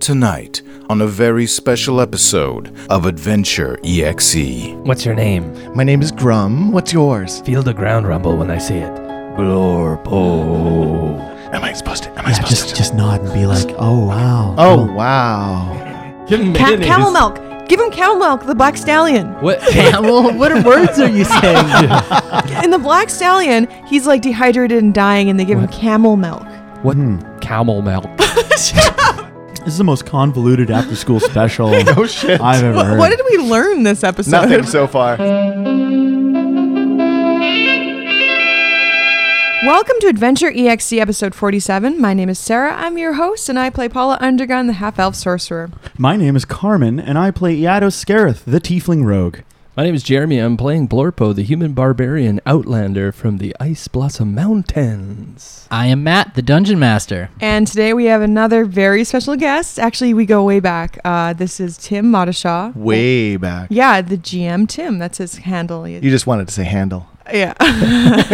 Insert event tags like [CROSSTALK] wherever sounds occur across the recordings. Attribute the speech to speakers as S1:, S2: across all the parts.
S1: tonight on a very special episode of Adventure E EXE.
S2: What's your name?
S3: My name is Grum. What's yours?
S2: Feel the ground rumble when I say it. Glorpo.
S1: Am I supposed to? Am I
S4: Yeah,
S1: supposed
S4: just just nod and be like, oh wow.
S3: Oh,
S4: [LAUGHS]
S3: wow.
S2: Give him
S5: Ca- camel milk. Give him camel milk, the black stallion.
S6: [LAUGHS]
S2: What?
S4: Camel, what words are
S2: [LAUGHS]
S4: you saying?
S5: In the black stallion, he's like dehydrated and dying, and they give him camel milk.
S2: what? Camel milk.
S4: this is the most convoluted after-school
S3: [LAUGHS]
S4: special I've ever
S5: What,
S4: heard.
S5: what did we learn this episode?
S3: Nothing so far.
S5: [LAUGHS] Welcome to Adventure EXE episode 47. My name is Sarah. I'm your host, and I play Paula Undergun, the half elf sorcerer.
S4: My name is Carmen, and I play Iados Scareth, the Tiefling Rogue.
S2: My name is Jeremy. I'm playing Blorpo, the human barbarian outlander from the Ice Blossom Mountains.
S6: I am Matt, the Dungeon Master.
S5: And today we have another very special guest. Actually, we go way back. Uh, this is Tim Modishaw.
S3: Way back.
S5: Yeah, the GM Tim. That's his handle.
S3: You just wanted to say handle.
S5: Yeah. [LAUGHS]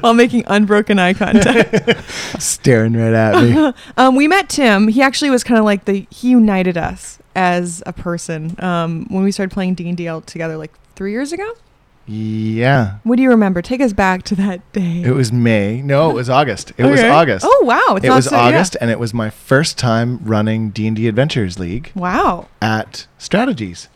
S5: While making unbroken eye contact.
S3: Staring right
S4: [LAUGHS]
S3: at me.
S5: Um, we met Tim. He actually was kind of like the he united us as a person um, when we started playing D and D together like three years ago.
S3: Yeah.
S5: What do you remember? Take us back to that day.
S3: It was May. No, it was August. It was
S5: Okay.
S3: August.
S5: Oh wow! It's
S3: it
S5: not
S3: was
S5: so- yeah.
S3: August, and it was my first time running D&D Adventures League
S5: Wow,
S3: at Strategies.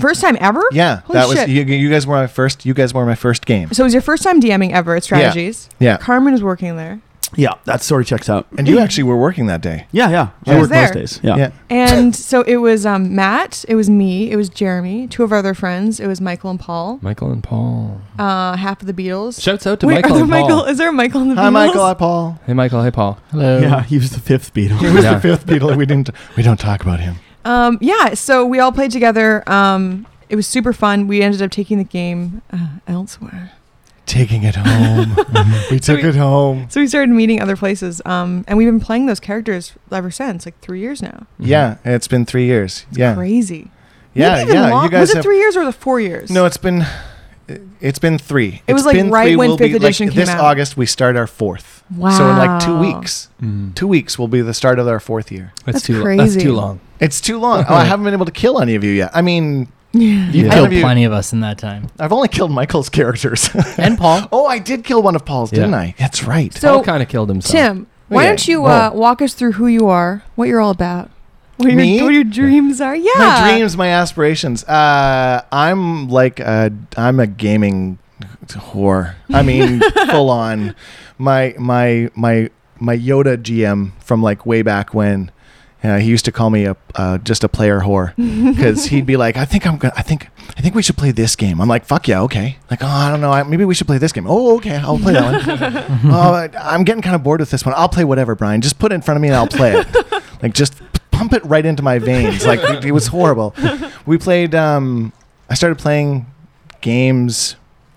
S5: first time ever.
S3: Yeah,
S5: Holy
S3: that was
S5: shit.
S3: you, you guys were my first. You guys were my first game.
S5: so it was your first time DMing ever at Strategies.
S3: Yeah.
S5: Carmen was working there,
S4: Yeah, that sort of checks out.
S3: And you actually were working that day.
S4: Yeah, yeah.
S3: I
S4: I
S5: was
S4: work
S5: there.
S4: most days. Yeah.
S5: and so it was um, Matt, it was me, it was Jeremy, two of our other friends, it was Michael and Paul,
S2: Michael and Paul.
S5: uh, half of the Beatles.
S2: Shouts out to
S5: Wait,
S2: Michael
S5: are there
S2: and
S5: Michael?
S2: Paul.
S5: Is there a Michael and the Beatles?
S3: Hi, Michael. Hi, Paul.
S7: [LAUGHS]
S2: Hey, Michael. Hey, Paul.
S6: Hello.
S4: Yeah, he was the fifth
S3: He
S4: Beatle.
S3: was
S2: Yeah.
S3: the fifth Beatle. We didn't. We don't talk about him.
S5: Um, yeah, so we all played together. Um, it was super fun. We ended up taking the game uh, elsewhere.
S3: Taking
S5: [LAUGHS]
S3: it home. we
S5: So
S3: took
S5: we-
S3: it home.
S5: So we started meeting other places, um, and we've been playing those characters ever since, like three years now.
S2: Mm-hmm.
S7: Mm-hmm.
S3: Yeah, it's been three years. yeah,
S5: Crazy.
S3: yeah,
S5: Maybe even
S3: yeah.
S5: long-
S3: you guys
S5: was it
S3: have
S5: three years or the four years?
S3: no. It's been it's been three.
S5: It was,
S3: It's
S5: like,
S3: been
S5: right when
S3: We'll
S5: fifth edition
S3: like,
S5: came
S3: this
S5: out.
S3: August. We start our fourth. So in like two
S5: Wow.
S3: weeks,
S4: Mm.
S3: two weeks will be the start of our fourth year.
S2: That's,
S5: That's
S2: too. That's
S5: crazy.
S2: too long.
S3: It's too long. oh, I haven't been able to kill any of you yet. I mean,
S5: [LAUGHS] Yeah.
S6: You
S3: Yeah.
S6: killed
S3: Have you-
S6: plenty of us in that time.
S3: I've only killed Michael's characters.
S6: And Paul.
S3: [LAUGHS] oh, I did kill one of Paul's, didn't
S2: Yeah.
S3: I? That's right.
S5: So-
S2: Paul kind of killed himself.
S5: Tim, why
S3: Okay,
S5: don't you uh, walk us through who you are, what you're all about, what,
S3: Me?
S5: Your, what your dreams are? Yeah.
S3: my dreams, my aspirations. Uh, I'm like a, I'm a gaming whore. I mean, full on. My my my my Yoda GM from like way back when. Uh, he used to call me a uh, just a player whore because he'd be like, "I think I'm gonna, I think, I think we should play this game." I'm like, "Fuck yeah, okay." Like, "Oh, I don't know, I, maybe we should play this game." Oh, okay, I'll play that one. oh, I- I'm getting kind of bored with this one. I'll play whatever, Brian. Just put it in front of me and I'll play it. like just p- pump it right into my veins. Like
S5: [LAUGHS]
S3: it, it was horrible. We played. Um, I started playing games.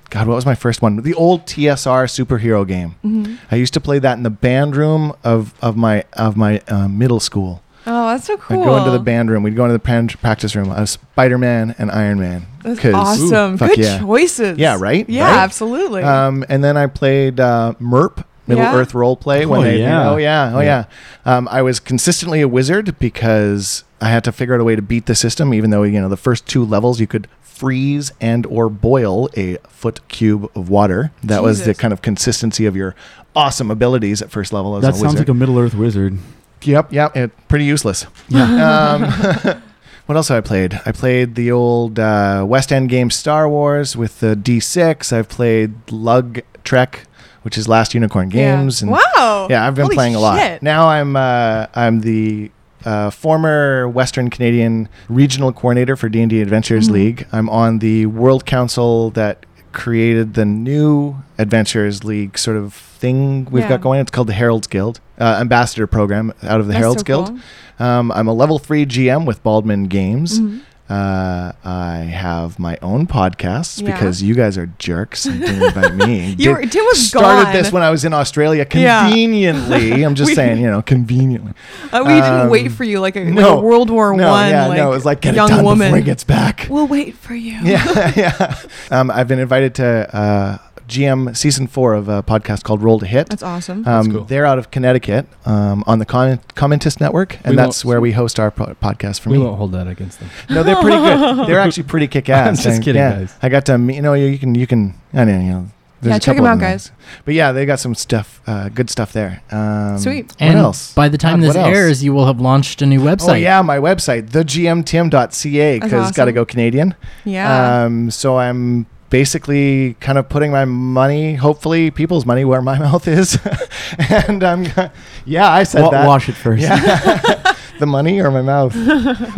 S3: God, what was my first one? The old TSR superhero game.
S5: Mhm.
S3: I used to play that in the band room of, of my of my uh, middle school.
S5: Oh, that's so cool.
S3: I'd go into the band room. We'd go into the pan- practice room. I was Spider Man and Iron Man.
S5: That's
S3: 'cause-
S5: awesome.
S3: Ooh, fuck
S5: Good
S3: yeah.
S5: choices.
S3: Yeah, right?
S5: Yeah,
S3: Right?
S5: absolutely.
S3: Um, and then I played uh, MERP, Middle
S5: Yeah.
S3: Earth Roleplay. When
S4: Oh,
S3: they,
S4: yeah.
S3: oh yeah, oh yeah. Um, I was consistently a wizard because I had to figure out a way to beat the system. Even though you know the first two levels, you could freeze and or boil a foot cube of water. That was the
S5: Jesus.
S3: kind of consistency of your awesome abilities at first level as
S4: That
S3: a
S4: sounds
S3: wizard.
S4: like a Middle Earth wizard.
S3: yep, yep. It, pretty useless. Yeah. [LAUGHS] Um, What else have I played? I played the old uh, West End game Star Wars with the D6. I've played Lug Trek, which is Last Unicorn
S5: Yeah.
S3: Games.
S5: [LAUGHS]
S3: And
S5: wow.
S3: yeah, I've been
S5: Holy
S3: playing a lot.
S5: shit.
S3: Now I'm uh, I'm the uh, former Western Canadian regional coordinator for D&D Adventures
S5: Mhm.
S3: League. I'm on the World Council that created the new Adventures League sort of thing we've
S5: Yeah.
S3: got going. It's called the Herald's Guild uh, Ambassador Program out of the Herald's Guild. Um, I'm a level three GM with Baldwin Games.
S5: Mm. Mm-hmm.
S3: Uh, I have my own podcasts
S5: Yeah.
S3: because you guys are jerks and didn't invite me.
S5: [LAUGHS] You were- Tim was
S3: started
S5: gone.
S3: this when I was in Australia
S5: Yeah.
S3: conveniently.
S5: [LAUGHS]
S3: I'm just
S5: We-
S3: saying, you know, conveniently.
S5: Uh, we didn't
S3: Um,
S5: wait for you like a, like
S3: no,
S5: a World War
S3: no,
S5: One.
S3: yeah,
S5: like,
S3: no, it was like get
S5: young
S3: it done
S5: woman. [LAUGHS]
S3: before he gets back. [LAUGHS]
S5: We'll wait for you.
S3: yeah, yeah. Um, I've been invited to uh, GM season four of a podcast called Roll to Hit.
S5: That's awesome.
S3: Um,
S2: cool.
S3: They're out of Connecticut um, on the Con- Commentist Network, and
S2: We
S3: that's
S2: won't-
S3: where we host our pro- podcast from.
S2: we won't hold that against them.
S3: No, they're
S5: [LAUGHS]
S3: pretty good. They're actually pretty kick
S2: [LAUGHS]
S3: ass.
S2: I'm just kidding, guys.
S3: I got to meet, you know, you, you can, you can, I don't know, you know. there's
S5: Yeah,
S3: a
S5: check
S3: couple
S5: 'em
S3: of
S5: out, guys.
S3: But yeah, they got some stuff, uh, good stuff there. Um,
S5: Sweet.
S3: What
S6: and
S3: else?
S6: by the time
S3: God,
S6: this
S3: what else?
S6: airs, you will have launched a new website.
S3: Oh yeah, my website, thegmtim.ca, because
S5: That's
S3: gotta
S5: awesome.
S3: go Canadian.
S5: yeah.
S3: Um, so I'm basically kind of putting my money, hopefully people's money, where my [LAUGHS] mouth is, and I'm, yeah, I said
S4: Wa-
S3: that.
S4: wash it first.
S3: Yeah. [LAUGHS] the money or my
S6: [LAUGHS]
S3: mouth?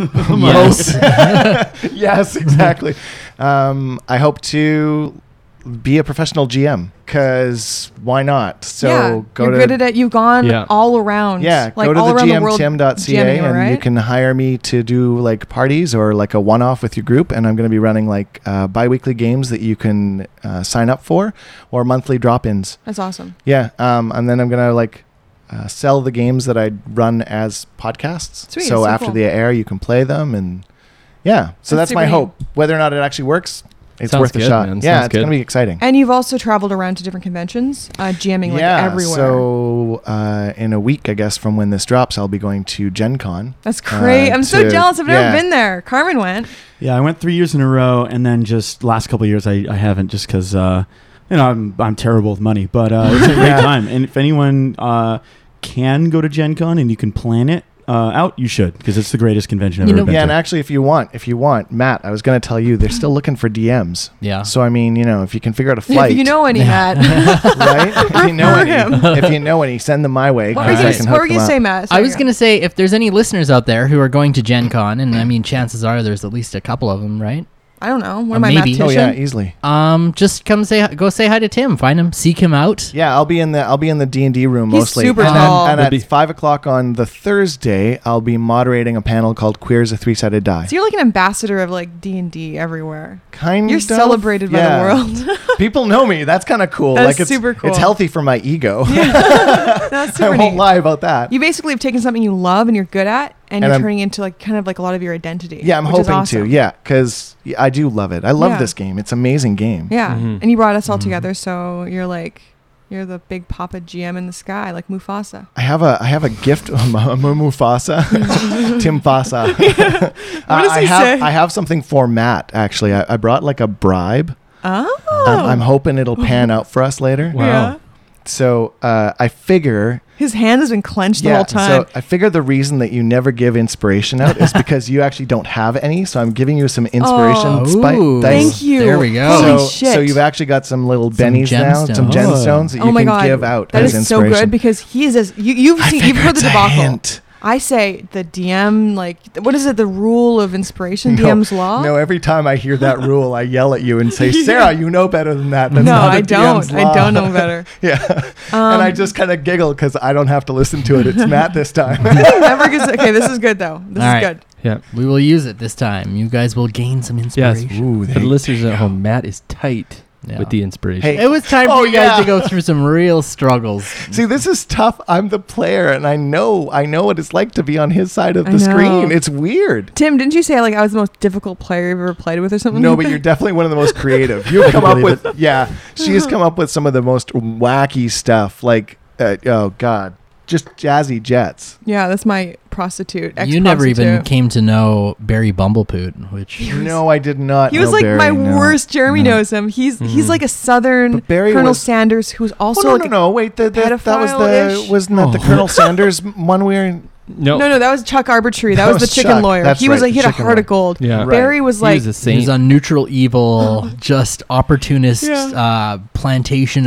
S6: [LAUGHS] Yes.
S3: Both. [LAUGHS] yes, exactly. Um, I hope to be a professional GM because why not? So
S5: yeah.
S3: go
S5: You're
S3: to
S5: good at it. You've gone
S2: Yeah.
S5: all around.
S3: yeah,
S5: Like
S3: go to
S5: all
S3: the
S5: around the world.
S3: gmtim.ca
S5: GMing,
S3: and you
S5: right?
S3: can hire me to do like parties or like a one-off with your group. And I'm going to be running like uh, bi-weekly games that you can uh, sign up for or monthly drop-ins.
S5: That's awesome.
S3: Yeah, um, and then I'm gonna like uh, sell the games that I run as podcasts.
S5: Sweet,
S3: So,
S5: so
S3: after
S5: cool.
S3: the air, you can play them, and yeah. So
S5: That's
S3: that's, my
S5: super
S3: hope. Whether or not it actually works, it's
S2: Sounds
S3: worth a
S2: good,
S3: shot.
S2: man.
S3: Yeah,
S2: Sounds
S3: it's
S2: good.
S3: gonna be exciting.
S5: And you've also traveled around to different conventions, uh, GMing like
S3: yeah.
S5: everywhere.
S3: So uh, in a week, I guess from when this drops, I'll be going to Gen Con.
S5: That's great.
S3: uh,
S5: I'm so
S3: to-
S5: jealous. I've never
S3: yeah.
S5: been there. Carmen went. [LAUGHS]
S4: Yeah, I went three years in a row, and then just last couple of years, I, I haven't just because uh, you know I'm I'm terrible with money, but uh, it's a
S3: [LAUGHS]
S4: great
S3: Yeah.
S4: time. And if anyone uh, can go to Gen Con and you can plan it uh, out, you should because it's the greatest convention I've
S6: You
S4: ever
S6: know-
S4: been
S3: Yeah, and
S4: to.
S3: actually, if you want, if you want, Matt, I was gonna tell you they're still looking for DMs.
S2: Ah.
S6: Yeah.
S3: So I mean, you know, if you can figure out a
S5: [LAUGHS]
S3: flight, [LAUGHS]
S5: If you know any, Matt.
S3: right?
S5: [LAUGHS]
S3: If you know
S5: Refer
S3: any,
S5: him.
S3: if you know any, send them my way.
S5: what
S6: were
S5: were
S6: you
S5: you,
S3: because I
S6: gonna-
S3: can
S5: what
S3: hook
S5: were you
S3: them up.
S5: say, Matt?
S6: I was
S5: Sorry.
S6: going to say if there's any listeners out there who are going to Gen Con, and I mean, chances are there's at least a couple of them, right?
S5: I don't know. What
S6: Uh,
S5: am I,
S6: maybe.
S5: mathematician?
S3: Oh yeah, easily.
S6: Um, just come say go say hi to Tim, find him, seek him out.
S3: Yeah, I'll be in the I'll be in the D and D room
S5: He's
S3: mostly.
S5: super
S3: and
S5: tall.
S3: and
S2: Would
S3: at
S2: be-
S3: five o'clock on the Thursday, I'll be moderating a panel called "Queers a Three Sided Die."
S5: So you're like an ambassador of like D and D everywhere.
S3: Kind
S5: You're
S3: of,
S5: celebrated by
S3: yeah.
S5: the world.
S3: [LAUGHS]
S5: [LAUGHS]
S3: People know me. That's kind of cool.
S5: That's
S3: like it's,
S5: super cool.
S3: It's healthy for my ego. [LAUGHS]
S5: That's
S3: I
S5: super
S3: won't
S5: neat.
S3: lie about that.
S5: You basically have taken something you love and you're good at, and,
S3: And
S5: you're
S3: I'm-
S5: turning into like kind of like a lot of your identity.
S3: yeah, I'm
S5: which is
S3: hoping
S5: awesome.
S3: to. Yeah, because I do love it. I love
S5: Yeah.
S3: this game. It's an amazing game.
S5: yeah.
S2: Mhm.
S5: And you brought us all
S6: Mhm.
S5: together, so you're like, you're the big Papa GM in the sky, like Mufasa.
S3: I have a I have a gift. [LAUGHS] I'm a, I'm a
S5: [LAUGHS]
S3: Mufasa, Tim Fasa. [LAUGHS]
S5: What
S3: Uh,
S5: does
S3: I
S5: he
S3: have
S5: say?
S3: I have something for Matt. Actually, I, I brought like a bribe.
S5: Oh,
S3: Um, I'm
S5: [LAUGHS]
S3: hoping it'll pan out for us later.
S2: Wow.
S5: yeah.
S3: So uh, I figure,
S5: His hand has been clenched the
S3: yeah.
S5: whole time.
S3: So I figure the reason that you never give inspiration out
S5: [LAUGHS]
S3: is because you actually don't have any. So I'm giving you some inspiration
S5: Oh.
S3: spike
S6: Ooh.
S3: dice.
S5: Thank you.
S6: There we go.
S5: Holy
S3: so,
S5: shit.
S3: so you've actually got some little
S6: Some
S3: bennies now, some
S6: gemstones.
S3: gemstones that you
S5: oh my
S3: can
S5: god,
S3: give out
S5: that
S3: as
S5: is so
S3: inspiration.
S5: good because he is as you, you've
S3: I
S5: seen, you've
S3: figure
S5: heard the
S3: it's a
S5: debacle.
S3: hint.
S5: I say the DM like th- what is it? The rule of inspiration,
S3: No,
S5: DM's law.
S3: No, every time I hear that rule, I yell at you
S5: [LAUGHS]
S3: and say, "Sarah, you know better than that." That's
S5: No,
S3: not a
S5: I
S3: DM's
S5: don't. I
S3: law."
S5: don't know Um, better.
S3: [LAUGHS]
S5: [LAUGHS]
S3: yeah, and I just kind of giggle because I don't have to listen to it. It's
S5: [LAUGHS]
S3: Matt this time.
S5: Never gets, okay, this is good though. This
S6: All
S5: is
S6: right.
S5: good.
S2: Yeah.
S6: We will use it this time. You guys will gain some
S2: Yes.
S6: inspiration.
S3: Ooh,
S2: For the listeners at home, Matt is tight
S6: Yeah.
S2: with the inspiration.
S3: Hey,
S6: It was time
S3: Oh,
S6: for you
S3: yeah.
S6: guys to go through some real struggles.
S3: [LAUGHS]
S5: [LAUGHS]
S3: See, this is tough. I'm the player, and I know I know what it's like to be on his side of
S5: I
S3: the
S5: know.
S3: screen.
S5: [LAUGHS]
S3: It's weird.
S5: Tim, didn't you say like I was the most difficult player you've ever played with or something?
S3: No,
S5: like
S3: but
S5: that? [LAUGHS]
S3: you're definitely one of the most creative. You've come up with yeah. She's come up with some of the most wacky stuff. Like uh, oh god, just jazzy jets.
S5: Yeah, that's my prostitute. Ex
S6: you never even came to know Barry Bumblepoot, which
S3: No, I did not.
S5: He was
S3: know
S5: like
S3: Barry,
S5: my
S3: no. Mm-hmm.
S5: worst. Jeremy
S6: No.
S5: knows him. He's he's
S2: Mhm.
S5: like a southern
S3: But Barry
S5: Colonel
S3: was-
S5: Sanders who's also
S3: Oh, no,
S5: like
S3: no,
S5: a-
S3: no! Wait, the, the, that was the
S5: pedophile-ish?
S3: wasn't that the
S2: Oh.
S3: [LAUGHS] Colonel Sanders one we're
S2: no.
S5: No, no, that was Chuck Arbitrary. That,
S3: That
S5: was,
S3: was
S5: the chicken
S3: Chuck.
S5: lawyer.
S3: That's
S5: he was like
S3: right,
S5: he had
S3: the
S5: a
S3: chicken
S5: heart
S3: lawyer.
S5: of gold.
S2: Yeah.
S3: Right.
S5: Barry was like
S2: he was a
S6: He was
S2: saint.
S6: on neutral
S5: [LAUGHS]
S6: evil, just opportunist
S5: Yeah.
S6: uh, plantation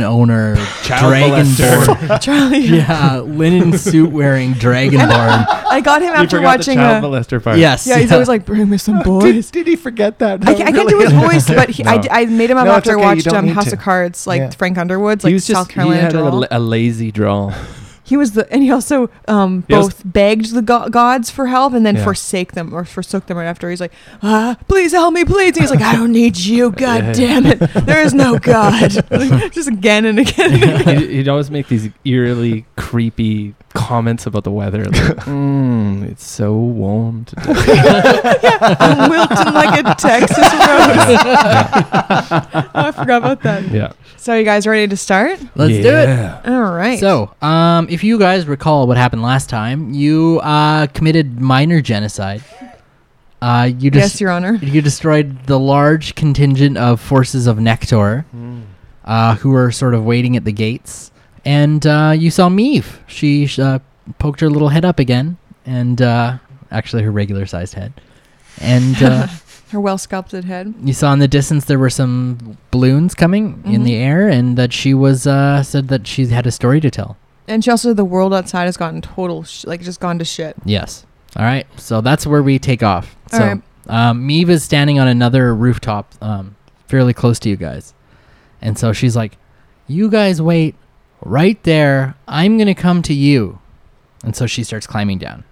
S5: [LAUGHS]
S6: owner,
S2: Child
S3: [LAUGHS]
S6: dragonborn.
S5: Charlie.
S6: [LAUGHS] yeah, linen suit wearing dragonborn.
S5: [LAUGHS] I got him
S2: You
S5: after
S2: forgot
S5: watching.
S2: the child
S5: uh,
S2: molester part.
S6: yes.
S5: yeah, he's always like, bring me some
S3: did,
S5: boys.
S3: did he forget that?
S5: I, ca- I can't do [LAUGHS] his voice, but he, I,
S2: No.
S5: d- I made him up
S3: No, it's
S5: after
S3: okay,
S5: I
S3: you
S5: watched
S3: don't
S5: um,
S3: need
S5: House
S3: to.
S5: of Cards, like
S3: Yeah.
S5: Frank Underwood's, like
S2: he was
S5: South
S2: just
S5: Carolina
S2: he had a,
S5: drawl.
S2: la- a lazy
S5: [LAUGHS]
S2: drawl.
S5: he was the, and he also um,
S2: He was-
S5: both begged the go- gods for help and then
S2: Yeah.
S5: forsake them or forsook them right after. He's like, ah, please help me, please. And he's like, I don't need you, god damn it, there is no god. [LAUGHS] just again [LAUGHS] and again.
S2: he'd, he'd always make these eerily creepy comments about the
S6: [LAUGHS]
S2: weather. Like, mm, it's so warm today.
S5: yeah, wilting like a Texas rose. [LAUGHS] Oh, I forgot about that.
S2: Yeah.
S5: So, you guys ready to start?
S6: Let's do it.
S2: Yeah.
S5: All right.
S6: [LAUGHS] So, um, if you guys recall what happened last time, you uh, committed minor genocide. Uh, you just
S5: yes, Your Honor.
S6: You destroyed the large contingent of forces of Nectar, uh, who were sort of waiting at the gates. And uh, you saw Meave. She sh- uh, poked her little head up again, and uh, actually her regular sized head. And uh,
S5: Her well sculpted head.
S6: you saw in the distance there were some balloons coming in
S5: Mhm.
S6: the air, and that she was uh, said that she had a story to tell.
S5: And she also, the world outside has gotten total, sh- like, just gone to shit.
S6: Yes. All right. So that's where we take off.
S5: All
S6: so,
S5: right.
S6: Um, Meave is standing on another rooftop, um, fairly close to you guys. And so she's like, You guys wait right there. I'm going to come to you. And so she starts climbing down.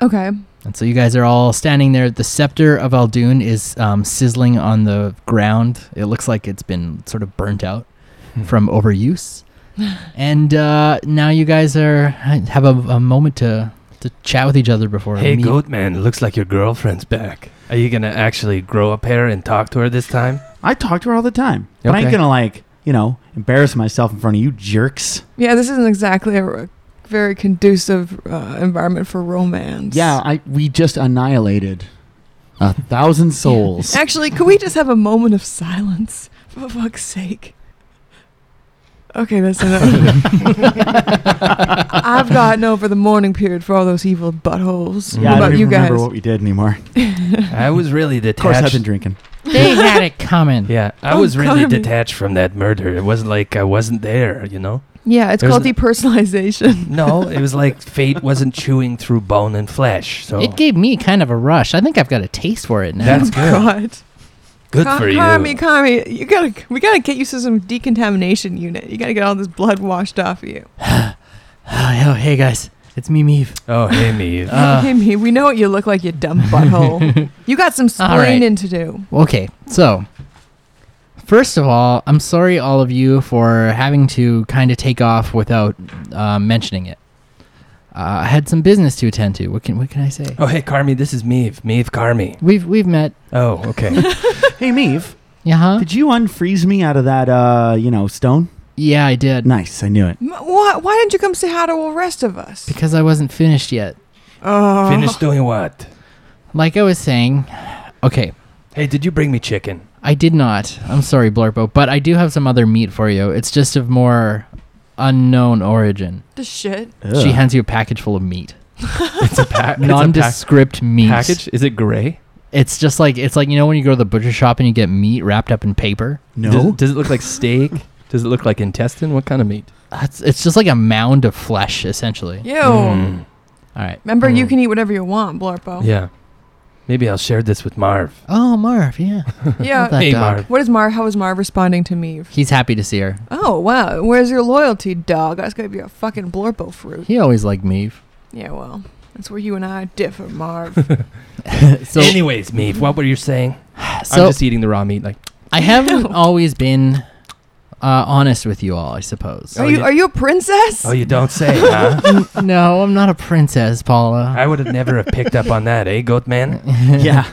S5: Okay.
S6: And so you guys are all standing there. The scepter of Aldoon is um, sizzling on the ground. It looks like it's been sort of burnt out
S7: Hmm.
S6: from overuse. and uh, now you guys are have a, a moment to, to chat with each other before.
S7: Hey,
S6: Meave-
S7: goat man, looks like your girlfriend's back. Are you gonna actually grow up here and talk to her this time?
S4: I talk to her all the time, but I ain't
S6: Okay.
S4: gonna like you know embarrass myself in front of you jerks.
S5: Yeah, this isn't exactly a r- very conducive uh, environment for romance.
S4: Yeah, I we just annihilated a [LAUGHS] thousand souls.
S5: Actually, could we just have a moment of silence? For fuck's sake. Okay,
S4: [LAUGHS]
S5: that's enough. I've gotten over the mourning period for all those evil buttholes.
S4: yeah,
S5: what
S4: I
S5: about
S4: don't even
S5: you guys?
S4: remember what we did anymore.
S7: I was really
S4: [LAUGHS] Of course, I've
S7: detached.
S4: been drinking.
S6: [LAUGHS]
S7: [LAUGHS]
S6: They had it coming.
S7: yeah, I
S5: Oh,
S7: was really
S5: God.
S7: detached from that murder. It wasn't like I wasn't there, you know?
S5: yeah, it's
S7: There's
S5: called
S7: n-
S5: depersonalization.
S7: No, it was like fate wasn't chewing through bone and flesh. So
S6: It gave me kind of a rush. I think I've got a taste for it now.
S7: [LAUGHS]
S5: [LAUGHS]
S7: that's good.
S5: Oh God.
S7: Good
S5: Ka-
S7: for you.
S5: Kami, Kami, you gotta, we gotta get you to some decontamination unit. You gotta get all this blood washed off of you.
S6: oh, [LAUGHS] hey guys, it's me, Meave.
S7: Oh, hey, me.
S6: Uh,
S5: hey, me, we know what you look like, you
S7: [LAUGHS]
S5: dumb
S6: [LAUGHS]
S5: butthole. you got some
S6: All right.
S5: splaining to do.
S6: Okay, so first of all, I'm sorry all of you for having to kind of take off without uh, mentioning it. Uh, I had some business to attend to. What can what can I say?
S7: Oh, hey, Carmi, this is Meave. Meave Carmi.
S6: We've we've met.
S7: Oh, okay.
S4: Hey, Meave,
S6: Yeah, huh?
S4: did you unfreeze me out of that uh you know stone?
S6: Yeah, I did
S4: Nice, I knew it.
S5: M- Why, why didn't you come say hi to all the rest of us?
S6: because I wasn't finished yet.
S5: Oh.
S7: Finish doing what?
S6: Like I was saying, okay,
S7: Hey, did you bring me chicken?
S6: I did not. I'm sorry, Blurpo, but I do have some other meat for you. It's just of more unknown origin.
S5: [LAUGHS] The shit.
S6: She
S4: Ugh.
S6: hands you a package full of meat.
S7: It's a, pa- it's a pack-
S6: Nondescript meat.
S7: package. Is it gray?
S6: It's just like it's like you know when you go to the butcher shop and you get meat wrapped up in paper.
S7: Does,
S4: no.
S7: does it look like steak? Does it look like intestine? What kind of meat?
S6: That's it's just like a mound of flesh essentially.
S5: [LAUGHS] Ew.
S7: Mm.
S6: All right.
S5: Remember, you
S7: Mm.
S5: can eat whatever you want, Blarpo.
S7: Yeah. Maybe I'll share this with Marv.
S6: Oh, Marv, yeah.
S5: [LAUGHS] Yeah.
S6: That
S7: hey,
S6: dog.
S7: Marv.
S5: What is Mar? How is Marv responding to me?
S6: [LAUGHS] He's happy to see her.
S5: Oh wow, where's your loyalty, dog? That's gonna be a fucking blorpo fruit.
S6: He always liked Meave.
S5: Yeah, well, that's where you and I differ,
S7: [LAUGHS] Oh,
S5: Marv.
S6: [LAUGHS] So
S7: Anyways, Meave, what were you saying? I'm
S6: so
S7: just eating the raw meat. Like,
S6: I [LAUGHS] haven't always been uh, honest with you all, I suppose.
S7: Oh,
S5: are you
S7: yeah.
S5: are you a princess?
S7: oh, you don't say, huh?
S6: no, I'm not a princess, Paula.
S7: [LAUGHS] I would have never have picked up on that, eh, goat man?
S4: [LAUGHS]
S5: [LAUGHS]
S4: yeah,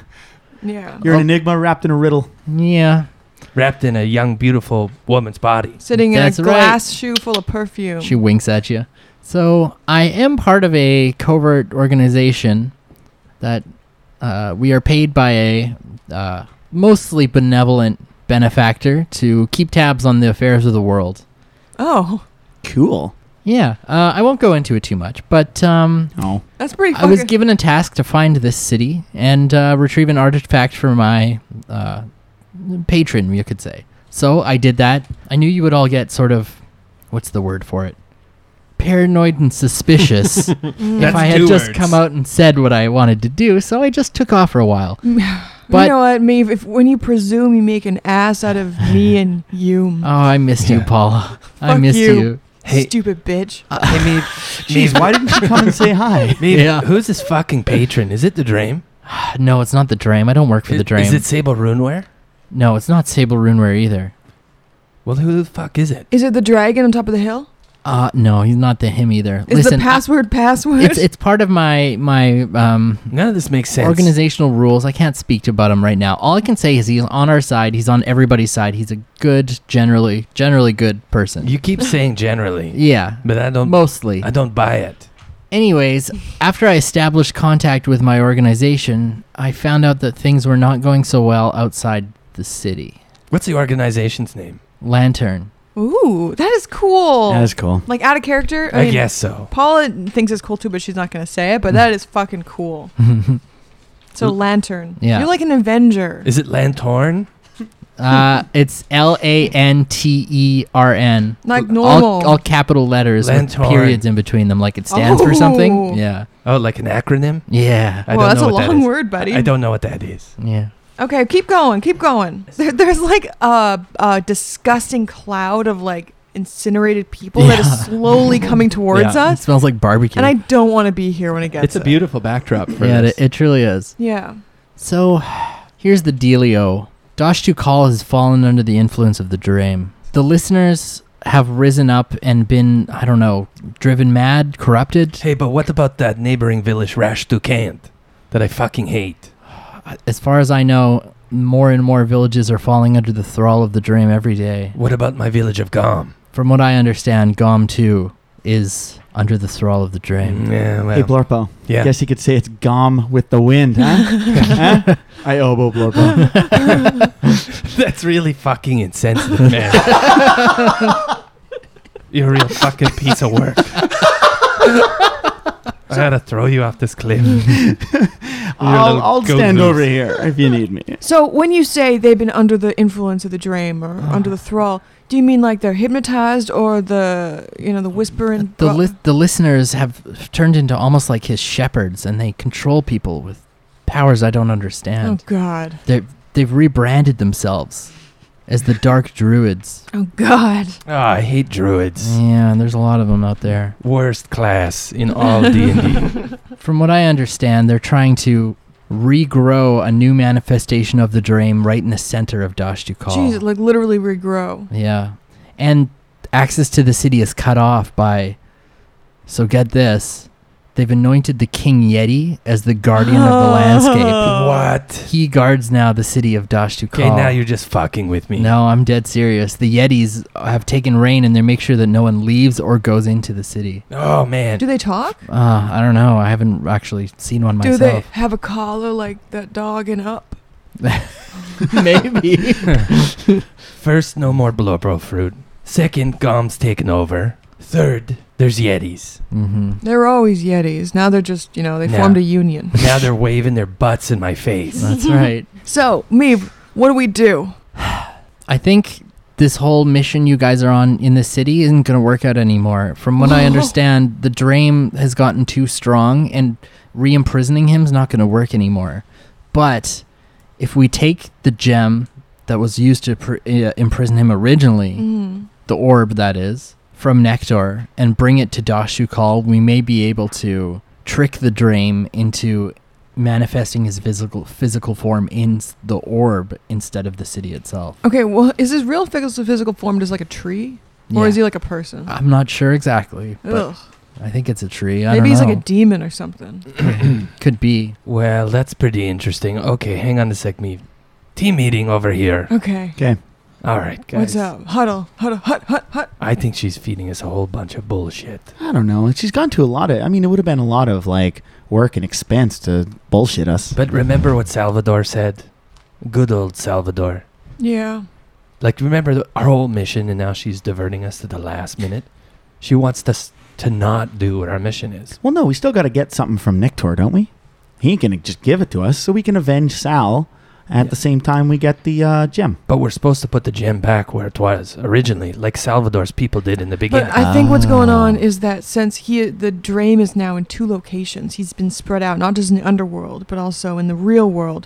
S5: yeah.
S4: you're an enigma wrapped in a riddle.
S6: Yeah.
S7: Wrapped in a young, beautiful woman's
S5: [LAUGHS]
S7: body.
S5: Sitting in a
S6: That's right.
S5: glass shoe full of perfume.
S6: She winks at you. So I am part of a covert organization that uh, we are paid by a uh, mostly benevolent benefactor to keep tabs on the affairs of the world.
S5: Oh,
S4: Cool.
S6: Yeah, uh, I won't go into it too much, but um,
S4: Oh,
S5: that's pretty.
S6: I
S5: [LAUGHS] Fucking,
S6: was given a task to find this city and uh, retrieve an artifact for my uh, patron, you could say. So I did that. I knew you would all get sort of, what's the word for it? Paranoid and suspicious if
S5: mm.
S7: That's
S6: I had
S7: two
S6: just
S7: words.
S6: come out and said what I wanted to do. So I just took off for a while.
S5: you
S6: but-
S5: know what, me? If when you presume you make an ass out of me and you,
S6: Oh, I missed you, Paula. I
S5: Fuck
S6: missed
S5: you.
S6: you.
S7: Hey, Uh,
S5: stupid bitch.
S7: hey, Meave.
S4: jeez, why didn't you come and say
S7: [LAUGHS]
S4: hi?
S7: Meave,
S6: Yeah.
S7: who's this fucking patron? Is it the Drame?
S6: No, it's not the Drame. I don't work for
S7: I-
S6: the Drame.
S7: Is it Sable Runeware?
S6: no, it's not Sable Runeware either.
S7: Well, who the fuck is it?
S5: Is it the dragon on top of the hill?
S6: Uh, no, he's not the him either.
S5: Is
S6: Listen,
S5: the password
S6: I,
S5: password?
S6: it's it's part of my my um
S7: None of this makes sense.
S6: organizational rules. I can't speak to about him right now. All I can say is he's on our side. He's on everybody's side. He's a good, generally generally good person.
S7: you keep saying generally,
S6: yeah,
S7: but I don't.
S6: mostly.
S7: I don't buy it.
S6: Anyways, after I established contact with my organization, I found out that things were not going so well outside the city.
S7: What's the organization's name? [LAUGHS]
S6: Lantern.
S5: [LAUGHS] Ooh, that is cool.
S4: That is cool.
S5: like out of character.
S7: I, guess so.
S5: Paula thinks it's cool too, but she's not gonna say it. But that is fucking cool. So lantern.
S6: Yeah.
S5: You're like an Avenger.
S7: Is it Lantorn?
S6: uh, it's L A N T E R N.
S5: Like
S6: All-
S5: normal.
S6: All, capital letters
S7: Lantern.
S6: with periods in between them, like it stands for something.
S5: Oh.
S6: Yeah.
S7: Oh, like an acronym?
S6: Yeah.
S7: I
S5: well,
S7: don't
S5: that's
S7: know
S5: a
S7: what that
S5: long
S7: is.
S5: word, buddy.
S7: I don't know what that is.
S6: Yeah.
S5: Okay, keep going, keep going. [LAUGHS] There, there's like a, a disgusting cloud of like incinerated people that
S6: Yeah.
S5: is slowly coming towards
S6: It
S5: us,
S6: smells like barbecue.
S5: and I don't want to be here when it gets.
S2: It's a
S5: there.
S2: beautiful backdrop for
S6: yeah,
S2: this.
S6: it, it truly is.
S5: Yeah.
S6: So, here's the dealio. Doshtu Kal has fallen under the influence of the Dream. The listeners have risen up and been, I don't know, driven mad, corrupted.
S7: Hey, but what about that neighboring village, Rash Dukant, that I fucking hate?
S6: As far as I know, more and more villages are falling under the thrall of the Dream every day.
S7: What about my village of Gom?
S6: From what I understand, Gom too is under the thrall of the Dream.
S7: Mm, Yeah, well,
S4: Hey, Blorpo.
S7: yeah.
S4: Guess you could say it's gom with the wind,
S5: [LAUGHS]
S4: huh? Huh? I elbow Blorpo.
S7: That's really
S2: [LAUGHS]
S7: fucking insensitive, man. You're a real fucking piece of work. I gotta throw you off
S2: [LAUGHS]
S7: this cliff.
S4: I'll,
S7: little
S4: I'll
S7: goat
S4: stand
S7: loose.
S4: over here if you need me.
S5: So when you say they've been under the influence of the dream or under the thrall, do you mean like they're hypnotized or the you know the whispering?
S6: The,
S5: bro-
S6: li- the listeners have turned into almost like his shepherds, and they control people with powers I don't
S5: oh
S6: understand.
S5: God!
S6: They've rebranded themselves as the Dark Druids.
S5: Oh God!
S7: Oh, I hate druids.
S6: Yeah, and there's a lot of them out there.
S7: Worst class in all D and D.
S5: [LAUGHS]
S6: From what I understand, they're trying to regrow a new manifestation of the dream right in the center of Dash
S5: Jeez,
S6: Dukal.
S5: like literally regrow.
S6: Yeah. And access to the city is cut off by so get this. They've anointed the King Yeti as the guardian [LAUGHS] of the landscape.
S7: What?
S6: He guards now the city of Dash Dukal.
S7: Okay, now you're just fucking with me.
S6: No, I'm dead serious. The Yetis have taken reign and they make sure that no one leaves or goes into the city.
S7: Oh man.
S5: Do they talk?
S6: Uh, I don't know. I haven't actually seen one
S5: Do they
S6: myself.
S5: have a collar like that dog and up?
S6: [LAUGHS] Maybe.
S7: First, no more Blobro fruit. Second, Gom's taken over. Third, there's Yetis. [LAUGHS]
S6: hmm
S5: They're always Yetis. Now they're just you know they
S7: Yeah.
S5: formed a union.
S7: [LAUGHS] Now they're waving their butts in my face.
S6: That's right.
S5: So Meeb, what do we do?
S6: I think this whole mission you guys are on in the city isn't going to work out anymore. From what I understand, the dream has gotten too strong and re imprisoning him is not going to work anymore. But if we take the gem that was used to pr- uh, imprison him originally.
S5: Mm.
S6: the orb that is from Nectar and bring it to Dashu Call, we may be able to trick the dream into manifesting his physical physical form in s- the orb instead of the city itself.
S5: Okay, well, is his real physical physical form just like a tree, or
S6: Yeah.
S5: is he like a person?
S6: I'm not sure exactly, but
S5: Ugh.
S6: I think it's a tree. I
S5: Maybe he's
S6: don't
S5: like a
S6: know.
S5: demon or something.
S6: could be.
S7: Well, that's pretty interesting. Okay, hang on a sec, me. Team meeting over here.
S5: Okay.
S7: All right, guys.
S5: What's up? Huddle, huddle, hut, hut, hut.
S7: I think she's feeding us a whole bunch of bullshit.
S4: I don't know. She's gone to a lot of. I mean, it would have been a lot of like work and expense to bullshit us.
S7: But remember what Salvador said? Good old Salvador.
S5: Yeah.
S7: Like, remember the, our whole mission, and now she's diverting us to the last minute? She wants us to not do what our mission is.
S4: Well, no, we still got to get something from Nictor, don't we? He ain't gonna just give it to us, so we can avenge Sal. At
S7: Yeah.
S4: the same time, we get the uh, gem.
S7: But we're supposed to put the gem back where it was originally, like Salvador's people did in the
S5: But
S7: beginning.
S5: I think what's going on
S4: Oh.
S5: is that since he the Drame is now in two locations, he's been spread out, not just in the underworld, but also in the real world.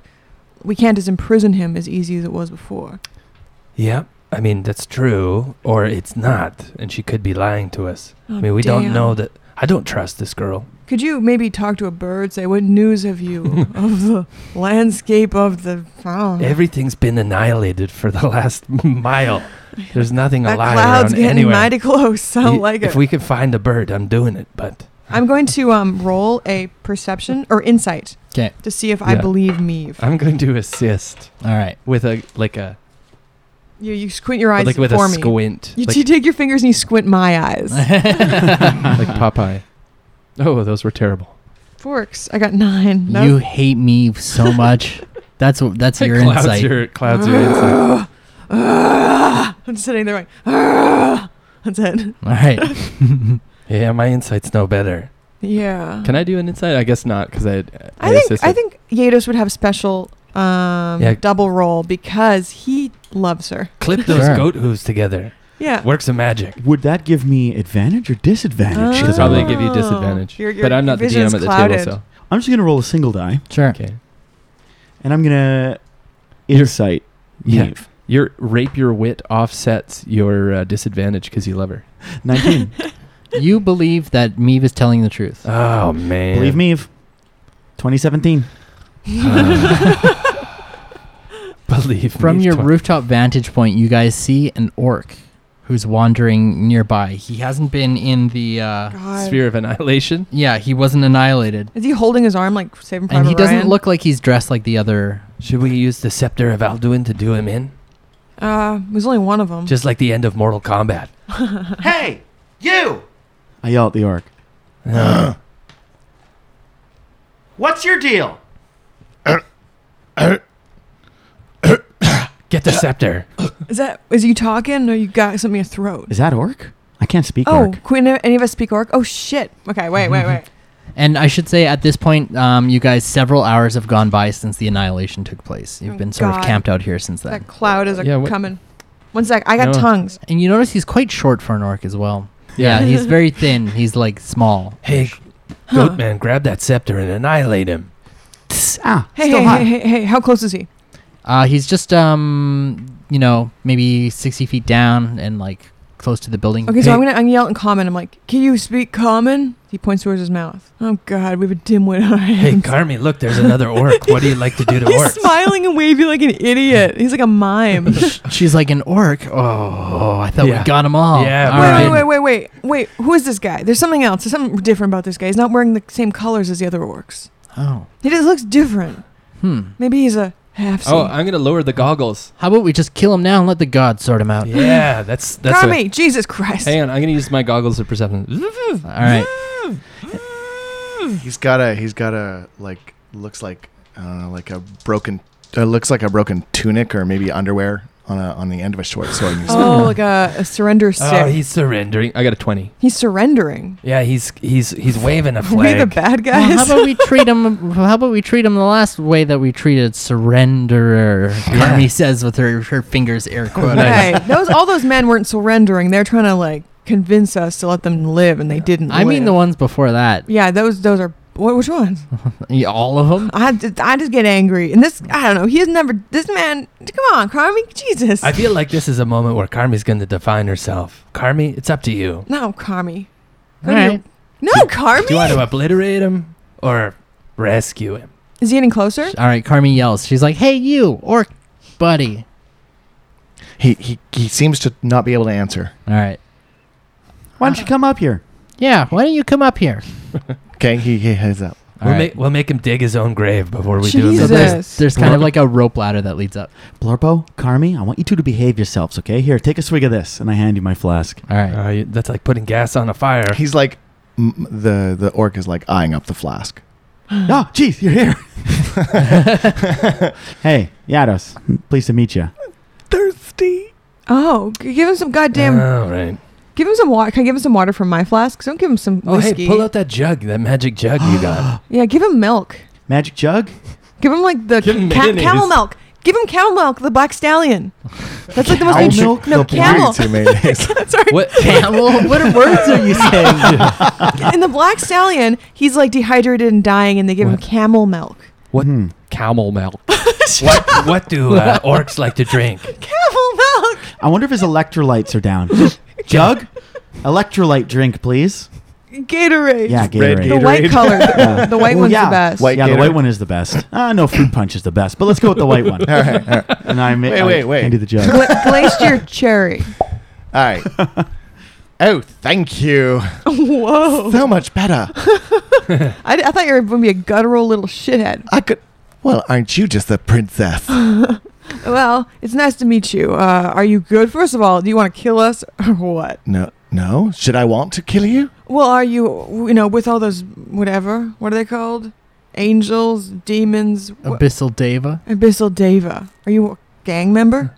S5: We can't just imprison him as easy as it was before.
S7: yeah, I mean, that's true,
S5: Oh,
S7: or it's not, and she could be lying to us. I mean, we don't know that. I don't trust this girl.
S5: Could you maybe talk to a bird? Say, what news have
S7: [LAUGHS]
S5: you of the landscape of the? I don't know.
S7: Everything's been annihilated for the [LAUGHS] last mile. There's nothing
S5: that
S7: alive
S5: cloud's
S7: around
S5: getting
S7: anywhere.
S5: mighty close. [LAUGHS] Sound
S7: Y-
S5: like
S7: if
S5: it.
S7: we could find a bird, I'm doing it. But
S5: I'm going to um, roll a perception or insight
S6: 'Kay.
S5: to see if I
S7: Yeah.
S5: believe Meave.
S7: I'm going to assist
S5: [LAUGHS]
S6: All right.
S7: with a like a
S5: You, you squint your eyes
S7: like with
S5: for
S7: a
S5: me.
S7: squint,
S5: You,
S7: like,
S5: you take your fingers and you squint my
S7: [LAUGHS]
S5: eyes. [LAUGHS]
S7: like Popeye. Oh, those were terrible.
S5: Forks. I got nine. That
S6: You hate me so much. That's wh- that's your
S7: clouds
S6: insight.
S7: Your, [LAUGHS] clouds your insight.
S5: [LAUGHS] I'm sitting there like, [LAUGHS] "Ugh." that's it.
S6: All
S5: [LAUGHS]
S6: right.
S7: Yeah, my insight's no better.
S5: Yeah.
S7: Can I do an insight? I guess not because I.
S5: I think
S7: assisted.
S5: I think Yados would have special um,
S7: Yeah.
S5: double roll because he loves her.
S7: clip those
S6: Sure.
S7: goat hooves together.
S5: Yeah.
S7: Work some magic.
S4: Would that give me advantage or disadvantage? 'Cause
S7: Uh, Probably
S4: I'm,
S7: give you
S5: Oh.
S7: disadvantage.
S5: Your- your
S7: but I'm not the
S5: vision's
S7: GM at the
S5: clouded.
S7: table,
S4: I'm just gonna roll a single die,
S6: Sure.
S7: so okay.
S4: and I'm gonna insight.
S7: Yeah.
S4: Neve.
S7: Your rape your wit offsets your uh, disadvantage because you love her. [LAUGHS]
S4: nineteen.
S6: You believe that Meeve is telling the truth.
S7: Oh man!
S4: Believe me, if 2017.
S7: Uh, [LAUGHS] Believe
S6: From
S7: me.
S6: your
S7: Twen-
S6: rooftop vantage point, you guys see an orc who's wandering nearby. He hasn't been in the. Uh,
S5: God.
S7: sphere of annihilation.
S6: yeah, he wasn't annihilated.
S5: Is he holding his arm like saving Private
S6: And he doesn't
S5: Ryan?
S6: look like he's dressed like the other.
S7: Should we use the scepter of Alduin to do him in,
S5: Uh, there's only one of them.
S7: just like the end of Mortal [GASPS] Kombat?
S8: Hey, you!
S4: I yell at the orc.
S7: Uh,
S8: What's your deal?
S7: Get the scepter.
S5: is that is you talking or you got something in your throat?
S4: Is that orc? I can't speak
S5: Oh,
S4: orc.
S5: Queen, any of us speak orc? Oh shit. Okay, wait, wait, wait.
S6: And I should say at this point, um, you guys, several hours have gone by since the annihilation took place. You've
S5: Oh,
S6: been sort
S5: God.
S6: of camped out here since then.
S5: that cloud is a
S7: Yeah, what-
S5: coming. One sec. I got
S7: No.
S5: tongues.
S6: And you notice he's quite short for an orc as well. Yeah, he's
S5: [LAUGHS]
S6: very thin. He's like small.
S7: Hey, [GASPS] Goatman, grab that scepter and annihilate him.
S4: Tss, ah,
S5: Hey,
S4: still
S5: hey,
S4: hot.
S5: hey, hey, hey, how close is he?
S6: Uh, he's just um, you know, maybe sixty feet down and like close to the building.
S5: Okay, so
S6: Hey,
S5: I'm gonna, I'm gonna yell in common. I'm like, can you speak common? He points towards his mouth. Oh God, we have a dimwit on our
S7: Hey,
S5: hands.
S7: Carmi, look, there's another orc. What do you like to do to
S5: [LAUGHS] He's
S7: orcs?
S5: smiling and wavy like an idiot. He's like a mime.
S6: [LAUGHS]
S7: [LAUGHS]
S6: She's like an orc. Oh, I thought
S7: Yeah.
S6: we got them all.
S7: Yeah,
S6: all
S7: we
S5: wait,
S7: Alright.
S5: wait, wait, wait, wait, wait. Who is this guy? There's something else. There's something different about this guy. He's not wearing the same colors as the other orcs.
S6: Oh,
S5: He just looks different.
S6: hmm.
S5: Maybe he's a half.
S7: Oh, I'm gonna lower the goggles.
S6: How about we just kill him now and let the gods sort him out?
S7: Yeah, that's that's. what-
S5: Carmi, Jesus Christ.
S7: Hang on, I'm gonna use my goggles of perception.
S6: All
S5: [LAUGHS]
S6: right.
S3: He's got a he's got a like looks like I don't know like a broken uh, looks like a broken tunic or maybe underwear on a on the end of a short sword. And he's
S5: Oh, like a, a surrender stick.
S7: Oh, he's surrendering. I got a twenty.
S5: he's surrendering.
S7: Yeah, he's he's
S5: [LAUGHS]
S7: he's waving a
S5: Are we the
S7: flag.
S5: bad
S6: Well,
S5: guys?
S6: how about we treat him? How about we treat him the last way that we treated surrenderer? Carmi says with her her fingers air quoting.
S5: Okay, those all those men weren't surrendering. They're trying to like convince us to let them live, and they didn't.
S6: I mean the
S5: live.
S6: ones before that.
S5: Yeah, those those are. What, which
S6: [LAUGHS]
S5: ones?
S6: Yeah, All of them.
S5: I just, I just get angry, and this I don't know. He has never. This man, come on, Carmi, Jesus.
S7: I feel like this is a moment where Carmi's gonna define herself. Carmi, it's up to you.
S5: no, Carmi.
S6: All
S5: What do you-
S6: right.
S5: No, Carmi.
S7: Do you want to obliterate him or rescue him?
S5: Is he getting closer?
S6: All right. Carmi yells. She's like, "Hey, you orc buddy."
S3: he, he he seems to not be able to answer.
S6: All right.
S4: Why don't you come up here?
S6: Yeah. Why don't you come up here?
S3: Okay, he he heads up.
S6: All
S7: we'll,
S6: right.
S7: make, we'll make him dig his own grave before we do
S6: So
S7: him.
S5: Jesus.
S6: there's, there's kind of like a rope ladder that leads up.
S4: Blurpo, Carmi, I want you two to behave yourselves, okay? Here, take a swig of this, and I hand you my flask.
S6: All right.
S7: Uh, you- that's like putting gas on a fire.
S3: He's like m- the the orc is like eyeing up the flask.
S4: oh, jeez, you're here. hey, Yados, pleased to meet you.
S3: Thirsty.
S5: Oh, g- give him some goddamn.
S7: All right.
S5: give him some water. Can I give him some water from my flask? Don't give him some
S7: Oh,
S5: whiskey.
S7: hey, pull out that jug, that magic jug you got.
S5: Yeah, give him milk.
S4: Magic jug?
S5: Give him like the
S7: Give him
S5: ca-
S7: mayonnaise.
S5: camel milk. Give him camel milk, the black stallion. That's like the most.
S3: Cow
S5: intr-
S4: milk?
S5: No,
S3: The
S5: camel. [LAUGHS]
S3: Too mayonnaise.
S7: [GASPS]
S5: Sorry.
S7: what?
S6: [LAUGHS] Camel. What words are you saying?
S5: In the black stallion, he's like dehydrated and dying, and they give him
S7: What?
S5: camel milk.
S7: What?
S4: Hmm.
S7: Camel
S5: [LAUGHS]
S7: milk. what? What do uh, orcs like to drink?
S5: Camel milk.
S4: I wonder if his electrolytes are down. jug? Electrolyte drink, please.
S5: Gatorade.
S4: Yeah, Gatorade.
S3: Red
S5: The white
S3: Gatorade. [LAUGHS]
S5: color. The, the white
S4: Well,
S5: one's
S4: yeah.
S5: the best.
S3: White-
S4: yeah, the
S3: Gatorade.
S4: white one is the best. Ah, no, fruit punch is the best. But let's go with the white
S3: [LAUGHS]
S4: one.
S3: [LAUGHS] All right, all right.
S4: And I'm
S3: Wait,
S4: I
S3: wait, wait.
S4: Andy the judge.
S5: Gla- glazed your cherry.
S4: [LAUGHS]
S3: All right. Oh, thank you.
S4: Oh.
S5: Whoa.
S3: So much better.
S5: I, I thought you were going to be a guttural little shithead.
S3: I could. Well, aren't you just
S4: [GASPS]
S3: a princess?
S5: Well, it's nice to meet you. Uh, are you good? First of all, do you want to kill us or what?
S3: No, no. Should I want to kill you?
S5: Well, are you, you know, with all those whatever? What are they called? Angels, demons, wha-
S6: Abyssal Deva.
S5: Abyssal Deva. Are you a gang member?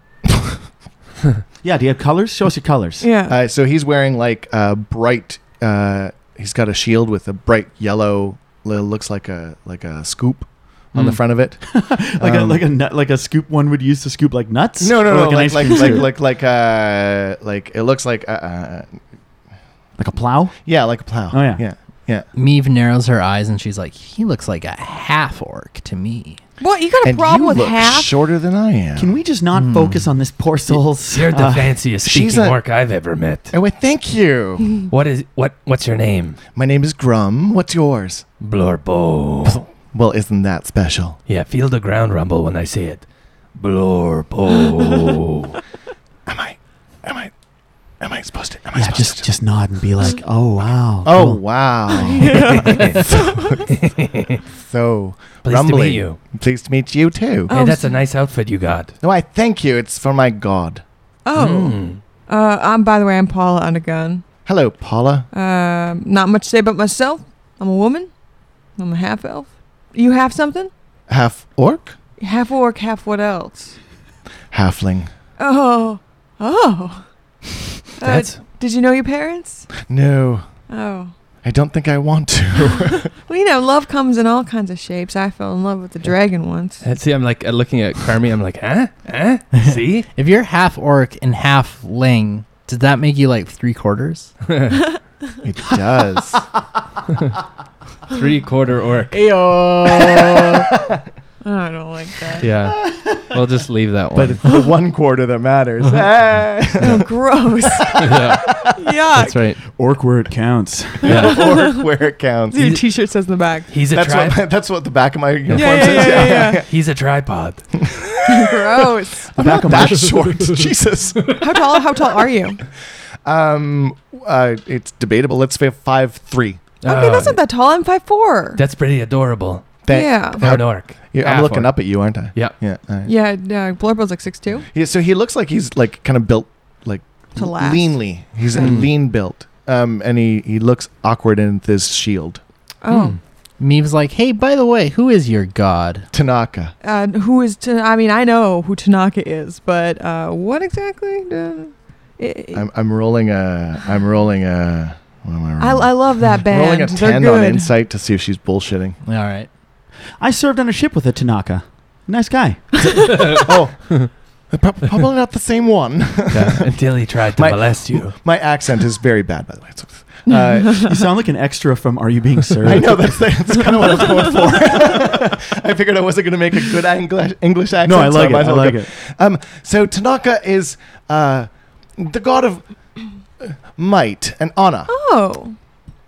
S4: Yeah, do you have colors? Show us your colors.
S5: Yeah.
S3: Uh, so he's wearing like a bright. Uh, he's got a shield with a bright yellow. li- Looks like a like a scoop on
S4: Hmm.
S3: the
S6: Mm.
S3: front of it.
S4: Like a
S3: Um,
S4: like a nut, like a scoop one would use to scoop like nuts.
S3: No, no,
S4: Or
S3: no.
S4: an
S3: Like
S4: ice
S3: like
S4: cream
S3: like
S4: scoop?
S3: like like uh like it looks like uh, uh
S4: Like a plow.
S3: yeah like a plow.
S4: Oh, yeah.
S3: yeah.
S6: Meave narrows her eyes and she's like, he looks like a half orc to me.
S5: what? You got a
S3: And
S5: problem
S3: you
S5: with
S3: look
S5: half?
S3: shorter than I am.
S4: Can we just not
S6: Hmm.
S4: focus on this poor soul's?
S7: You're the
S4: uh,
S7: fanciest
S3: she's
S7: speaking
S3: a-
S7: orc I've ever met.
S3: Oh, well, thank
S4: Hmm.
S3: you.
S7: What is what? What's your name?
S3: My name is Grum. What's yours?
S7: Blorpo.
S3: Well, isn't that special?
S7: Yeah, feel the ground rumble when I say it. [LAUGHS] Blorpo.
S3: Am I? Am I? Am I supposed to? Am I
S4: yeah,
S3: supposed
S4: just
S3: to?
S4: just nod and be like, oh wow.
S3: oh
S4: cool."
S3: [LAUGHS] wow! so
S7: Pleased to
S3: Rumbly.
S7: meet you.
S3: pleased to meet you too.
S5: Oh,
S7: hey, that's a
S5: so-
S7: nice outfit you got.
S3: No, I thank you. It's for my god.
S5: Oh.
S7: Mm.
S5: Uh, I'm, by the way, I'm Paula Undergun.
S3: Hello, Paula.
S5: Um, not much to say about myself. I'm a woman. I'm a half elf. You half something?
S3: Half orc,
S5: Half orc, half what else?
S3: halfling.
S5: Oh. Oh. Uh,
S7: That's
S5: did you know your parents?
S3: No,
S5: Oh.
S3: I don't think I want to.
S5: Well, you know, love comes in all kinds of shapes. I fell in love with the dragon once.
S7: Uh, See, I'm like uh, looking at Carmi. I'm like, huh? Huh? [LAUGHS] See?
S6: If you're half orc and half ling, does that make you like
S5: [LAUGHS]
S6: three quarters?
S3: [LAUGHS] it does.
S7: Three quarter orc.
S5: Oh, I don't like that. [LAUGHS]
S7: Yeah. we'll just leave that
S3: [LAUGHS] but
S7: one. [LAUGHS]
S3: it's the one quarter that matters. Hey.
S5: Oh,
S7: [LAUGHS]
S5: gross.
S7: yeah,
S5: Yuck.
S7: that's right.
S4: Orc where it counts.
S7: Yeah.
S3: [LAUGHS] orc where it counts.
S5: Your t-shirt says in
S7: [LAUGHS]
S5: the back.
S7: [LAUGHS] He's a
S3: That's
S7: tripod.
S3: what, [LAUGHS] that's what the back of my uniform
S5: yeah,
S3: says.
S5: yeah,
S7: [LAUGHS]
S5: yeah,
S7: He's a tripod.
S5: gross.
S3: I'm not
S5: [LAUGHS]
S3: that short. Jesus.
S5: How tall? How tall are you? Okay,
S3: Um, uh, it's debatable. Let's say five three.
S7: Oh,
S5: that's not that tall. I'm five four.
S7: that's pretty adorable.
S3: That-
S5: yeah.
S7: For an orc.
S3: Yeah, I'm
S7: Half
S3: looking
S7: orc.
S3: up at you, aren't I?
S7: Yeah.
S3: Yeah. all right.
S5: Yeah. Uh, Blurbo's like six two.
S3: Yeah, so he looks like he's like kind of built like
S5: To last.
S3: leanly. He's a
S7: Mm.
S3: lean built. Um, and he, he looks awkward in this shield. hmm.
S7: Hmm.
S5: Oh.
S6: Meave's like, hey, by the way, who is your god?
S3: Tanaka.
S5: Uh, who is? Tan- I mean, I know who Tanaka is, but uh, what exactly? Uh, it,
S3: I'm, I'm rolling a I'm rolling a what am I rolling?
S5: I, I love that
S3: I'm
S5: band.
S3: [LAUGHS] rolling a
S5: They're
S3: ten
S5: good.
S3: on insight to see if she's bullshitting.
S6: All right.
S4: [LAUGHS] I served on a ship with a Tanaka. Nice guy.
S3: oh, prob- probably not the same one.
S7: Yeah, Until he tried to
S3: My-
S7: molest you.
S3: [LAUGHS] My accent is very bad, by the way.
S5: [LAUGHS]
S3: It's- Uh,
S4: You sound like an extra from Are You Being Served?
S3: [LAUGHS] I know that's, that's kind of what I was going for. [LAUGHS] I figured I wasn't going to make a good English English accent.
S4: [LAUGHS] No, I
S3: so
S4: like it.
S3: might as
S4: I
S3: well go-
S4: like it.
S3: Um, so Tanaka is uh, the god of uh, might and honor.
S5: Oh,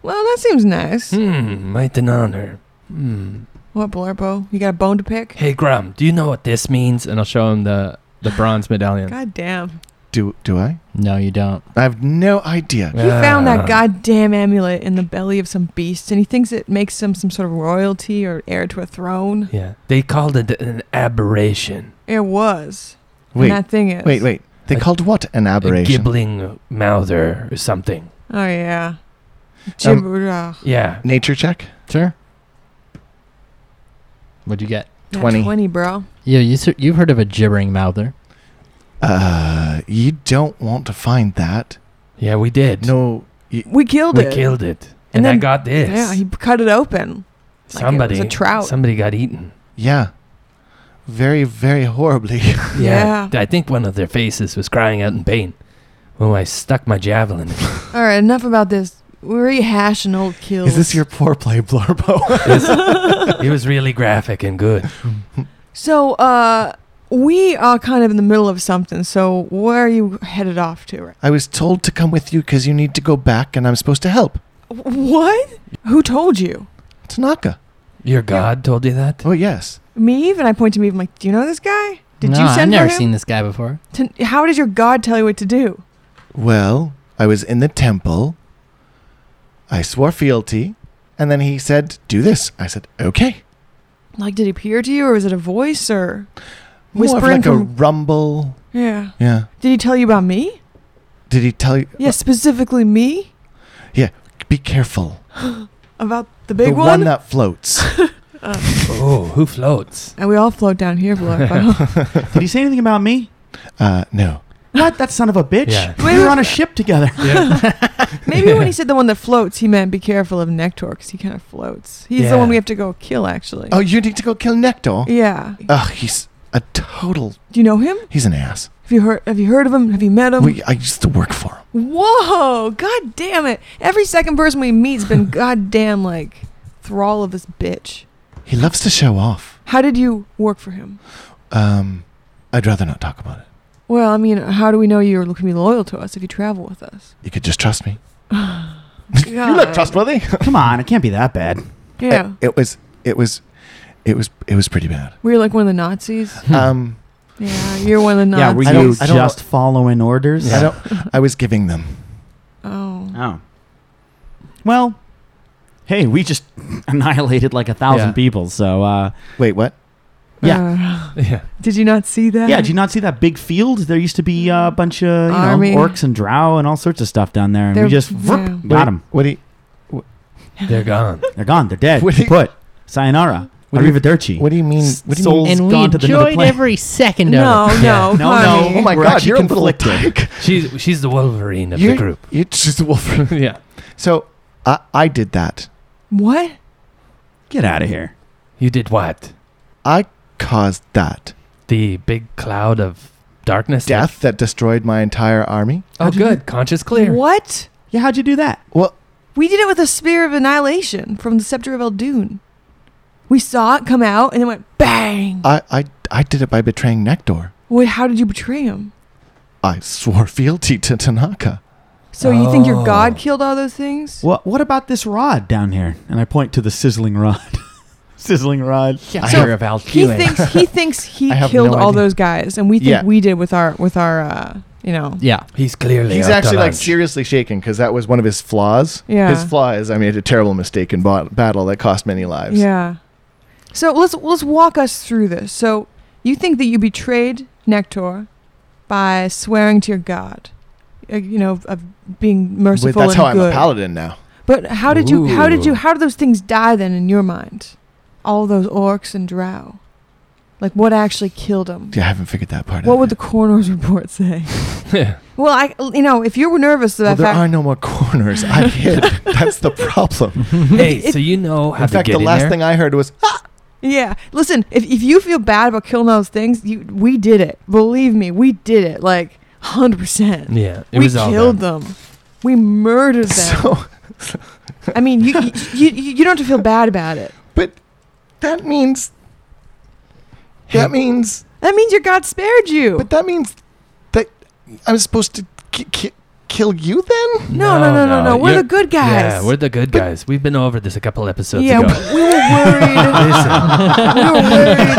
S5: well, that seems nice.
S7: Hmm, might and honor. Hmm.
S5: What Blurbo? You got a bone to pick?
S7: Hey, Grum, do you know what this means? And I'll show him the, the bronze medallion.
S5: God damn!
S3: Do do I?
S6: No, you don't.
S3: I have no idea.
S5: He found
S7: Ah.
S5: that goddamn amulet in the belly of some beast, and he thinks it makes him some sort of royalty or heir to a throne.
S7: Yeah. They called it an aberration.
S5: It was.
S3: Wait,
S5: and that thing is.
S3: wait, wait. They
S7: I-
S3: called what an
S7: A
S3: aberration?
S7: gibbling mouther or something.
S5: Oh yeah.
S3: Um,
S5: Gibber- uh,
S7: Yeah.
S3: Nature check.
S6: Sure. What'd you get?
S5: nat
S3: 20.
S5: Twenty, bro.
S6: Yeah, you, ser- you've heard of a gibbering mouther.
S3: Uh, you don't want to find that.
S7: Yeah, we did.
S3: No, y-
S5: We killed
S7: we
S5: it.
S7: killed it.
S5: And
S7: And, I
S5: then-
S7: got this.
S5: Yeah, he cut it open. like it was
S7: somebody.
S5: a trout.
S7: Somebody got eaten.
S3: yeah, very, very horribly.
S5: Yeah.
S7: I think one of their faces was crying out in pain. Oh, I stuck my javelin.
S5: All right, enough about this. We're rehashing old kills.
S3: is
S5: [LAUGHS]
S3: this your poor play, Blurbo? [LAUGHS]
S7: it was really graphic and good.
S5: So, uh, we are kind of in the middle of something. So, where are you headed off to? Right?
S3: I was told to come with you because you need to go back, and I'm supposed to help.
S5: What? Who told you?
S3: Tanaka.
S7: Your God told you that?
S3: Oh yes.
S5: Meave? And I point to Meave. I'm like, do you know this guy? Did
S6: no,
S5: you send
S6: I've never
S5: for him?
S6: seen this guy before.
S5: To- how did your god tell you what to do?
S3: Well, I was in the temple. I swore fealty, and then he said, "Do this." I said, "Okay."
S5: Like, did he appear to you, or was it a voice, or
S3: More of
S5: Whispering
S3: like a
S5: from-
S3: rumble.
S5: yeah?
S3: Yeah.
S5: Did he tell you about me?
S3: Did he tell you?
S5: Yeah, specifically me
S3: Be careful.
S5: about the big
S3: the
S5: one.
S3: that
S5: [LAUGHS]
S3: floats.
S7: Oh, who floats?
S5: and we all float down here, Blorpo.
S4: Did he say anything about me?
S3: [LAUGHS] uh, no.
S4: What? That son of a bitch.
S7: Yeah.
S4: We were on a ship together.
S5: Maybe when he said the one that floats, he meant be careful of Nectar because he kind of floats. He's
S7: Yeah.
S5: the one we have to go kill, actually.
S3: Oh, you need to go kill Nectar.
S5: yeah.
S3: Ugh, he's a total.
S5: Do you know him?
S3: He's an ass.
S5: Have you heard? Have you heard of him? Have you met him?
S3: We, I used to work for him.
S5: Whoa! God damn it! Every second person we meet's been goddamn like thrall of this bitch.
S3: He loves to show off.
S5: How did you work for him?
S3: Um, I'd rather not talk about it.
S5: Well, I mean, how do we know you're looking to be loyal to us if you travel with us?
S3: You could just trust me.
S5: you
S4: [LAUGHS]
S3: trustworthy.
S4: Come on, it can't be that bad.
S5: Yeah,
S3: It, it was. It was. It was. It was pretty bad.
S5: we were like one of the Nazis.
S3: Um,
S5: Yeah, you're one of the Nazis.
S4: Yeah, were
S3: I don't-
S4: you
S3: I don't-
S4: just following orders?
S3: I don't. I was giving them.
S5: Oh,
S4: Oh. Well, hey, we just [LAUGHS] annihilated like a thousand
S7: Yeah.
S4: people. So, uh,
S3: Wait, what?
S5: yeah.
S7: Yeah.
S5: Uh, did you not see that?
S4: yeah, did you not see that big field? There used to be uh, a bunch of you
S5: Army.
S4: know orcs and drow and all sorts of stuff down there, and
S5: They're-
S4: we just vroop,
S5: yeah.
S4: got
S3: Wait,
S4: them.
S3: What do you?
S7: They're gone.
S4: They're gone. They're dead.
S3: What do you-
S4: Put sayonara.
S3: What do you-
S4: Arrivederci.
S3: What do you mean? What do you
S4: Soul-
S3: mean?
S4: It's
S6: and we
S4: gone to the another
S6: enjoyed
S4: plane.
S6: every second
S5: No,
S6: of it.
S5: no,
S4: No, no.
S5: Connie.
S4: Oh my
S3: We're
S4: God,
S3: actually
S4: you're a little
S3: conflicted. [LAUGHS]
S7: She's she's the Wolverine of
S3: You're-
S7: the group.
S3: You're just a wolf. [LAUGHS]
S7: yeah.
S3: So I, I did that.
S5: What?
S4: Get out of here.
S7: You did what?
S3: I caused that
S7: The big cloud of darkness.
S3: death that destroyed my entire army.
S7: Oh, good. Conscious clear.
S5: What?
S4: Yeah, how'd you do that?
S3: Well,
S5: We did it with a spear of annihilation from the Scepter of Eldoon. We saw it come out and it went bang.
S3: I, I, I did it by betraying Nector.
S5: Wait, how did you betray him?
S3: I swore [LAUGHS] fealty to Tanaka.
S5: So you think your god
S7: Oh.
S5: killed all those things?
S4: What What about this rod down here? And I point to the sizzling rod. [LAUGHS] sizzling rod.
S6: Yeah,
S3: I
S6: sure
S3: have-
S6: about
S5: He
S6: you.
S5: thinks he thinks he
S3: I have
S5: killed
S3: no
S5: all
S3: idea.
S5: those guys, and we think
S3: Yeah.
S5: we did with our with our uh, you know
S6: Yeah.
S7: He's clearly
S3: He's
S7: up to
S3: actually like
S7: lunch.
S3: seriously shaken because that was one of his flaws.
S5: Yeah.
S3: His flaw is I made a terrible mistake in ba- battle that cost many lives.
S5: Yeah. So let's let's walk us through this. So you think that you betrayed Nectar by swearing to your god, uh, you know, of, of being
S3: But
S5: merciful
S3: that's
S5: and
S3: how I'm a
S5: good.
S3: paladin now.
S5: But how did you? How did
S7: Ooh.
S5: you? How did those things die then in your mind? All those orcs and drow. Like what actually killed them?
S3: Yeah, I haven't figured that part out.
S5: What would the coroner's [LAUGHS] report say?
S7: Yeah.
S5: well, I you know if you were nervous
S3: well,
S5: about
S3: there
S5: fact,
S3: are no more
S5: [LAUGHS]
S3: corners. I hid. That's the problem.
S7: [LAUGHS] hey,
S5: if-
S7: so you know how
S3: in
S7: to
S3: fact,
S7: get
S3: the
S7: in
S3: last
S7: there?
S3: thing I heard was,
S5: Yeah. Listen, if, if you feel bad about killing those things, you we did it. Believe me, we did it. Like hundred percent.
S7: Yeah, it
S5: We
S7: was all
S5: killed
S7: them.
S5: them. We murdered them.
S3: so
S5: I
S7: [LAUGHS]
S5: mean, you, you you you don't have to feel bad about it.
S3: that means.
S7: Hey.
S3: That means
S5: That means your God spared you.
S3: But that means that I'm supposed to ki- ki- kill you then?
S5: no, no, no, no, no, We're
S7: You're-
S5: the good guys.
S7: Yeah, we're the good
S3: But-
S7: guys. We've been over this a couple episodes
S5: Yeah,
S7: ago.
S5: we
S7: [LAUGHS]
S5: were worried. we were worried.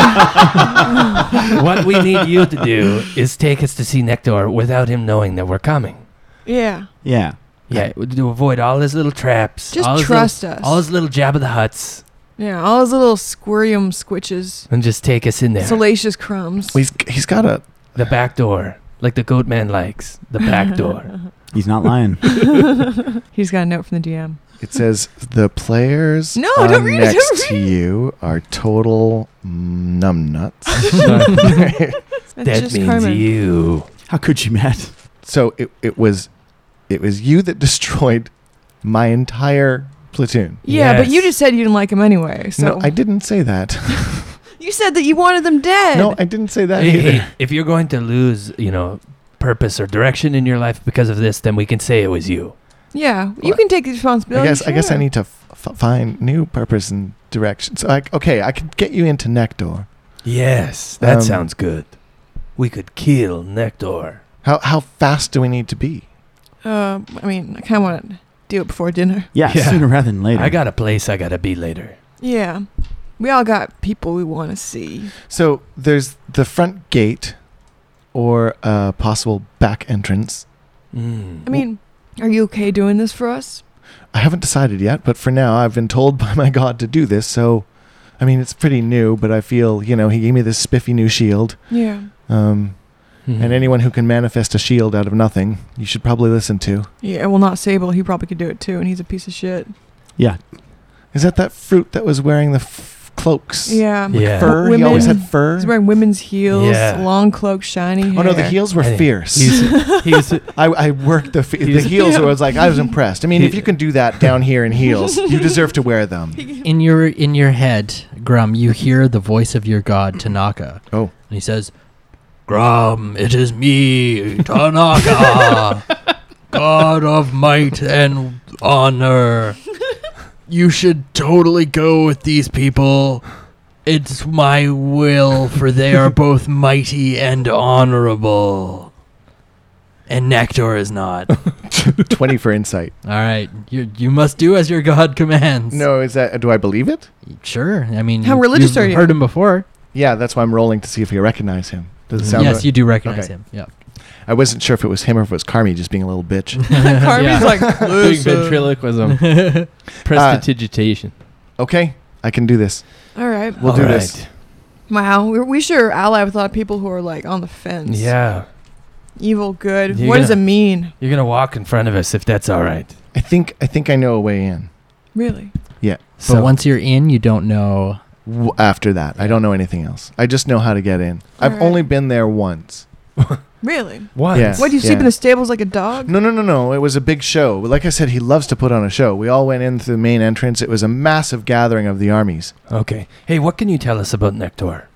S7: what we need you to do is take us to see Nectar without him knowing that we're coming.
S5: Yeah.
S4: Yeah.
S7: Yeah, to avoid all his little traps.
S5: Just
S7: all his
S5: trust
S7: little,
S5: us.
S7: All his little jab of the huts,
S5: Yeah. All those little squirrium squitches,
S7: and just take us in there.
S5: salacious crumbs.
S3: He's he's got a
S7: the back door, like the goat man likes. The
S5: [LAUGHS]
S7: back door.
S4: He's not lying.
S5: He's got a note from the [LAUGHS] DM.
S3: it says the players
S5: No,
S3: are
S5: don't read it, don't
S3: next to
S5: read it.
S3: you are total numbnuts.
S5: That's
S7: that
S5: just
S7: means
S5: Carmen.
S7: you.
S4: How could you, Matt?
S3: so it it was it was you that destroyed my entire platoon.
S5: Yeah, but you
S7: Yes.
S5: just said you didn't like him anyway. So
S3: No, I didn't say that.
S5: you said that you wanted them dead.
S3: no, I didn't say that
S7: Hey,
S3: either.
S5: [LAUGHS]
S7: hey, if you're going to lose, you know, purpose or direction in your life because of this, then we can say it was you.
S5: yeah, you
S3: Well,
S5: can take the
S3: I
S5: responsibility.
S3: guess I guess I
S5: sure.
S3: need to f- f- find new purpose and direction. So like okay, I could get you into Nector.
S7: Yes, that
S3: Um,
S7: sounds good. We could kill Nectar.
S3: How how fast do we need to be?
S5: Uh, I mean, I kind of want to do it before dinner.
S4: Yeah,
S7: Yeah.
S4: sooner rather than later.
S7: I got a place I gotta be later.
S5: Yeah. We all got people we want to see.
S3: So there's the front gate or a possible back entrance.
S7: Mm.
S4: Hmm.
S5: I mean, are you okay doing this for us?
S3: I haven't decided yet, but for now I've been told [LAUGHS] by my god to do this, so I mean it's pretty new, but I feel, you know, he gave me this spiffy new shield.
S5: Yeah.
S3: Um, and anyone who can manifest a shield out of nothing, you should probably listen to.
S5: Yeah, well, not Sable. He probably could do it too, and he's a piece of shit.
S4: yeah,
S3: Is that that fruit that was wearing the f- cloaks?
S5: Yeah.
S7: yeah.
S3: Fur? He always
S5: Women.
S3: had fur.
S5: He's wearing women's heels,
S7: Yeah.
S5: long cloak, shiny hair.
S3: Oh no,
S5: [LAUGHS]
S3: the heels were
S7: I think
S3: fierce.
S7: He's, he's,
S3: [LAUGHS] I, I worked the fe- the
S7: He's-
S3: heels. I was like, I was impressed. I mean, if
S7: He-
S3: you can do that down here in heels, you deserve to
S5: [LAUGHS]
S3: wear them.
S6: In your in your head, Grum, you hear the voice of your god Tanaka.
S3: Oh.
S6: and he says, "Grum, it is me,
S3: [LAUGHS]
S6: Tanaka, god of might and honor. You should totally go with these people. It's my will, for they are both mighty and honorable." And Nectar
S3: [LAUGHS]
S6: is not. All
S3: Twenty for insight.
S6: right, you you must do as your god commands.
S3: No, is that? Do I believe it?
S6: Sure. I mean,
S5: How
S6: you-
S5: religious
S6: you've
S5: are you?
S6: Heard him before.
S3: Yeah, that's why I'm rolling to see if you recognize him. Does it sound?
S6: yes,
S3: Yes,
S6: you do recognize
S3: okay.
S6: him. Yeah.
S3: I wasn't sure if it was him or if it was Carmi just being a little
S7: [LAUGHS]
S5: [LAUGHS]
S3: bitch.
S5: Carvey's
S2: Yeah.
S5: like,
S2: Doing ventriloquism,
S6: [LAUGHS]
S2: prestidigitation.
S3: Uh, Okay, I can do this.
S5: all right.
S3: We'll
S7: All
S3: do
S7: right.
S3: this.
S5: Wow, we we sure ally with a lot of people who are like on the fence.
S7: Yeah.
S5: Evil, good.
S7: You're
S5: what does it
S7: gonna-
S5: mean?
S7: You're gonna walk in front of us if that's all right.
S3: I think I think I know a way in.
S5: Really?
S6: So
S7: So-
S6: once you're in, you don't know.
S3: W- after that, I don't know anything else. I just know how to get in. I've
S5: Alright.
S3: only been there once.
S5: Really?
S7: What?
S3: Yeah.
S5: What, do you sleep
S3: Yeah.
S5: in the stables like a dog?
S3: No, no, no, no. It was a big show. Like I said, he loves to put on a show. We all went in through the main entrance. It was a massive gathering of the armies.
S7: Okay. Hey, what can you tell us about Nectar?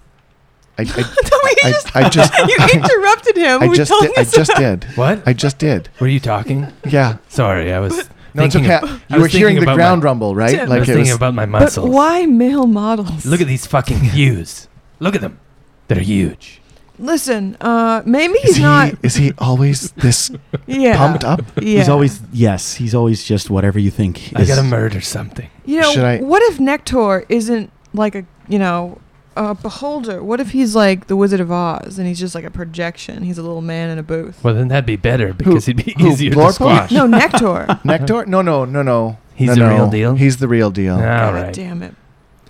S5: [LAUGHS]
S3: I, I,
S5: Tell me
S3: I,
S5: you just,
S3: I
S5: [LAUGHS]
S3: just,
S5: you interrupted him.
S3: I
S5: when we
S3: just,
S5: told
S3: did, I
S5: us
S3: [LAUGHS] just
S5: about-
S3: did.
S7: What?
S3: I just did.
S7: Were you talking?
S3: Yeah.
S7: Sorry, I was.
S3: No, it's
S7: Thinking
S3: okay.
S7: I
S3: you were
S7: was
S3: hearing
S7: thinking
S3: the
S7: about
S3: ground rumble,
S5: Tim. I
S3: right?
S7: I was
S3: Like it
S7: thinking
S3: was.
S7: about my
S5: But
S7: muscles.
S5: why male models?
S7: Look at these
S3: [LAUGHS]
S7: fucking hues. Look at them. They're huge.
S5: Listen, uh, maybe
S3: Is
S5: he's
S3: he,
S5: not.
S3: is he always this
S5: [LAUGHS] Yeah.
S3: pumped up?
S5: Yeah.
S4: he's always yes. He's always just whatever you think.
S7: I
S4: is-
S7: gotta murder something.
S5: You know,
S3: Should I-
S5: what if Nectar isn't like a, you know, a beholder? What if he's like the Wizard of Oz and he's just like a projection? He's a little man in a booth.
S7: Well, then that'd be better because it'd be
S3: who,
S7: easier
S3: Lorpo?
S7: to squash.
S5: [LAUGHS] No, Nectar.
S3: Nectar? No, no, no, no.
S7: He's
S3: no,
S7: the
S3: no.
S7: real deal?
S3: He's the real
S7: [LAUGHS]
S3: deal.
S7: All
S5: God
S7: right.
S5: damn it.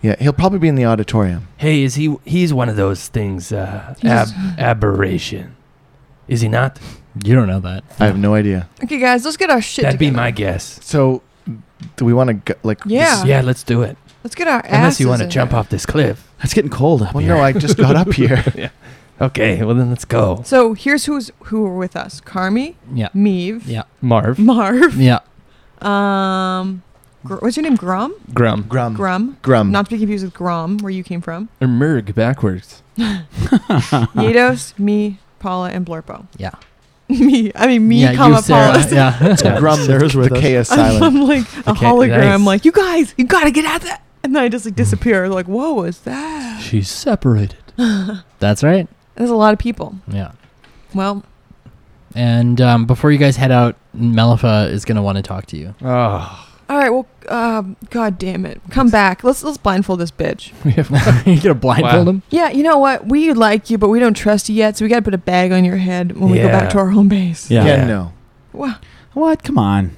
S3: Yeah, he'll probably be in the auditorium.
S7: Hey, is he? He's one of those things. Uh, ab-
S5: He's-
S7: aberration. Is he not?
S6: You don't know that.
S3: I have no idea.
S5: Okay, guys, let's get our shit
S7: That'd be
S5: together.
S7: my guess.
S3: So, do we want to go? Like, this-
S5: Yeah.
S7: Yeah, let's do it.
S5: Let's get our
S7: Unless you
S5: asses
S7: want to
S5: in
S7: jump
S5: there.
S7: off this cliff.
S4: It's getting cold up
S3: well,
S4: here.
S3: no, I just got up here.
S7: Okay, well then let's go.
S5: So here's who's who are with us: Carmi,
S6: Yeah.
S5: Meave,
S6: Yeah.
S2: Marv,
S5: Marv.
S6: [LAUGHS] Yeah.
S5: Um, Gr- what's your name? Grum.
S2: Grum,
S3: Grum.
S5: [LAUGHS]
S7: Mm.
S5: Grum.
S3: Grum.
S5: Not to be confused with Grom, where you came
S7: [LAUGHS]
S5: from.
S2: or Merg backwards.
S5: Yados, me, Paula, and Blurpo.
S6: Yeah.
S5: [LAUGHS] me. I mean, me,
S6: yeah,
S5: comma
S7: [LAUGHS]
S5: Paula.
S6: [LAUGHS] Yeah.
S7: Yeah.
S3: Grum.
S4: Sarah's
S3: the
S4: with us.
S5: [LAUGHS]
S3: chaos
S5: I'm,
S3: silent.
S5: like a
S7: Okay,
S5: hologram.
S7: nice. Mm.
S5: Like you guys, you gotta get at that. And then I just like disappear. Like, whoa, was that? [LAUGHS]
S6: She's separated. That's right.
S5: There's a lot of people.
S6: Yeah.
S5: Well,
S6: And um, before you guys head out, Melifa is gonna want to talk [LAUGHS] to you.
S7: Oh,
S5: all right. Well, um, god damn it, come back. Let's let's blindfold this bitch.
S6: [LAUGHS] you gonna blindfold
S7: Wow.
S6: him?
S5: Yeah, you know what? We like you, but we don't trust you yet, so we gotta put a bag on your head when we go back
S7: Yeah.
S5: to our home base.
S4: yeah.
S3: yeah, no.
S5: Wow.
S4: What? Come on.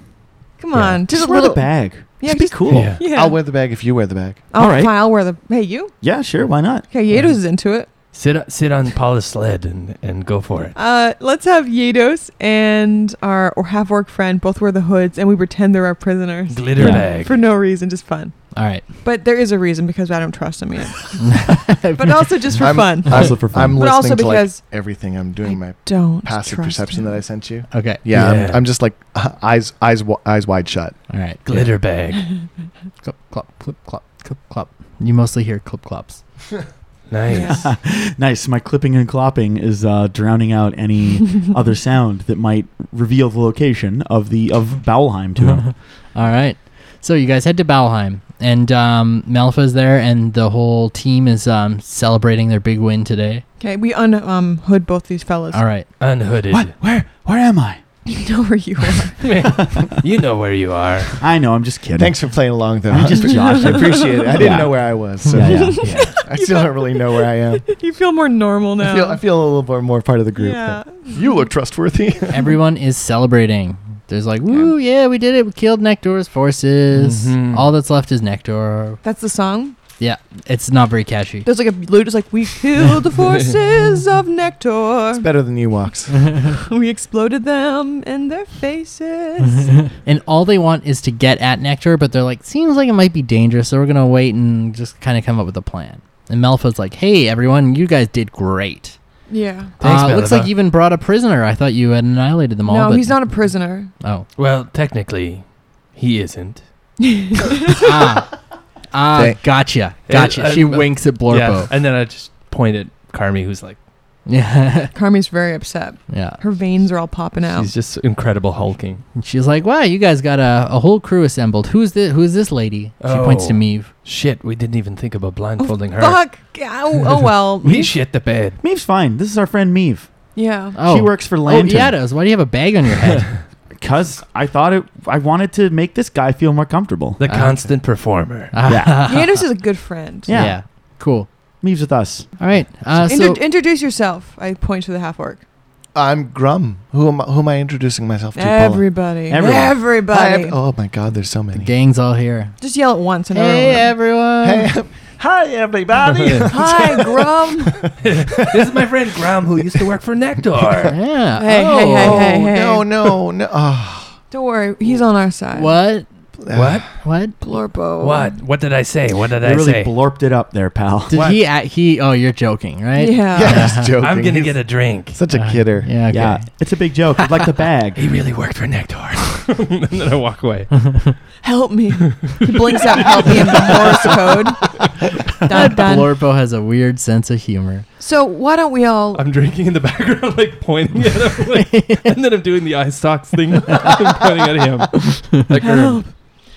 S5: Come
S7: Yeah.
S5: on.
S4: Just,
S5: Just a
S4: wear
S5: little
S4: the bag.
S5: Yeah,
S4: just be
S5: just-
S4: cool.
S7: yeah.
S4: Yeah.
S5: Yeah.
S3: I'll wear the bag if you wear the bag.
S5: Oh,
S4: All right.
S5: fine, I'll wear the. Hey, you.
S4: sure. Why not? [LAUGHS]
S5: Okay, Yados is into it.
S7: Sit sit on Paula's sled and and go for it.
S5: Uh, let's have Yados and our or half orc friend both wear the hoods, and we pretend they're our prisoners
S7: Glitter
S4: Yeah.
S7: bag.
S5: for no reason, just fun.
S6: All right.
S5: But there is a reason because I don't trust him yet. but also just for
S3: I'm-
S5: fun.
S3: I'm-
S4: Also for fun.
S3: I'm
S5: But
S3: listening
S5: also
S3: to like
S5: because-
S3: everything. I'm doing my
S5: don't
S3: passive
S5: trust
S3: perception
S5: him.
S3: that I sent you.
S6: Okay.
S3: Yeah,
S7: Yeah.
S3: I'm, I'm just like [LAUGHS] uh, eyes eyes wi- eyes wide shut.
S6: All right.
S7: Glitter bag.
S6: Clop, clop, clip, clop, clip, clop. You mostly hear clip clops.
S7: [LAUGHS] Nice.
S5: Yeah.
S4: Nice. My clipping and clopping is uh, drowning out
S5: [LAUGHS]
S4: any other sound that might reveal the location of the of Bowelheim to
S3: [LAUGHS]
S4: him.
S6: All right. So you guys head to Balheim, and um, Malfa's there, and the whole team is um, celebrating their big win today.
S5: Okay, we un um hood both these fellas.
S6: [LAUGHS] All right.
S7: Unhooded.
S4: what? Where? Where am I?
S5: [LAUGHS] You know where you are.
S7: [LAUGHS] you know where you are.
S4: I know. I'm just kidding.
S3: Thanks for playing along, though.
S4: I'm
S3: [LAUGHS]
S4: just joshing.
S3: I appreciate it. I didn't
S4: Yeah.
S3: know where [LAUGHS] I was, so
S4: Yeah, yeah,
S5: [LAUGHS]
S3: I still don't really know where I am.
S5: you feel more normal now.
S3: I feel I feel a little bit more part of the group.
S5: Yeah.
S3: You look trustworthy.
S6: Everyone is celebrating. There's like, woo, yeah, we did it. We killed Nector's forces.
S7: Mhm.
S6: All that's left is Nector.
S5: That's the song.
S6: It's not very catchy.
S5: There's like a loot. It's like we killed the forces of Nectar. [LAUGHS]
S3: [LAUGHS] It's better than Ewoks.
S5: We exploded them in their faces.
S6: And all they want is to get at Nectar, but they're like, seems like it might be dangerous, so we're gonna wait and just kind of come up with a plan. And Malfo's like, hey, everyone, you guys did great.
S5: yeah.
S3: Thanks,
S6: uh, looks like
S3: Malphite.
S6: you even brought a prisoner. I thought you had annihilated them all.
S5: no,
S6: but-
S5: he's not a prisoner.
S6: Oh,
S7: Well, technically, he isn't.
S6: ah, [LAUGHS] ah,
S3: Thank-
S6: gotcha, gotcha.
S7: Uh,
S6: she
S7: uh,
S6: winks
S7: Yeah.
S6: at Blorpo.
S7: And then I just point at Carmi, who's like,
S6: Yeah,
S5: Carmi's very upset.
S6: [LAUGHS] yeah.
S5: Her veins are all popping out.
S7: she's just incredible hulking.
S6: And she's like, wow, you guys got a, a whole crew assembled. Who's this? Who's this lady? She points to
S7: Oh.
S6: Meave.
S7: Shit, we didn't even think about blindfolding her.
S5: Fuck. Oh, oh well.
S7: We shit the bed.
S4: Meve's fine. This is our friend Meve.
S5: yeah.
S6: Oh,
S4: She works for
S6: Oh,
S4: Lantern.
S6: Yados, why do you have a bag on your
S7: [LAUGHS]
S6: head?
S4: Because I thought it. I wanted to make this guy feel more
S7: [LAUGHS]
S4: comfortable.
S7: The
S6: Ah.
S7: constant performer.
S6: [LAUGHS]
S4: Yeah.
S5: Yanis is a good friend.
S4: Yeah.
S6: Cool.
S4: Meve's with us.
S6: All right. Uh, so
S5: Inter- introduce yourself. I point to the half orc.
S3: [LAUGHS] I'm Grum. Who am I, who am I introducing myself to? Paula?
S5: Everybody.
S4: Everyone.
S3: Hi,
S5: Everybody.
S3: ev- oh my God, there's so
S6: the
S3: many.
S6: gang's all here.
S5: Just yell it once and
S6: Hey,
S5: everyone.
S6: everyone.
S3: Hey, hi
S7: [LAUGHS]
S3: everybody.
S5: [LAUGHS] Hi, Grum.
S7: this is my friend Grom, who used to work for Nectar.
S6: [LAUGHS] Yeah.
S5: Hey, hey, hey,
S6: Oh.
S5: hey, hey.
S3: No, no, no. Ah.
S5: Don't worry, he's on our side.
S6: What?
S7: [LAUGHS]
S3: [LAUGHS]
S7: what?
S6: What?
S5: Blorpo.
S7: What? What did I say? What did
S4: They
S7: I
S4: really
S7: say?
S4: blorped it up there, pal.
S6: Did he? At, he? Oh, you're joking, right? [LAUGHS]
S5: Yeah.
S3: Yeah, I was joking.
S7: I'm gonna
S3: He's
S7: get a drink.
S3: [LAUGHS] such a
S6: Uh,
S3: kidder.
S6: Yeah. Okay.
S4: Yeah, it's a
S7: [LAUGHS]
S4: big joke. It's like the bag.
S7: He really worked for Nectar. [LAUGHS] and then I walk away.
S5: Help me. He blinks out help me in the Morse code.
S6: [LAUGHS]
S5: Dun, dun.
S6: Blorpo has a weird sense of humor.
S5: So why don't we all
S7: I'm drinking in the background, like pointing at him, [LAUGHS] like, and then I'm doing the eye socks thing, [LAUGHS] and pointing at him. Like,
S5: help?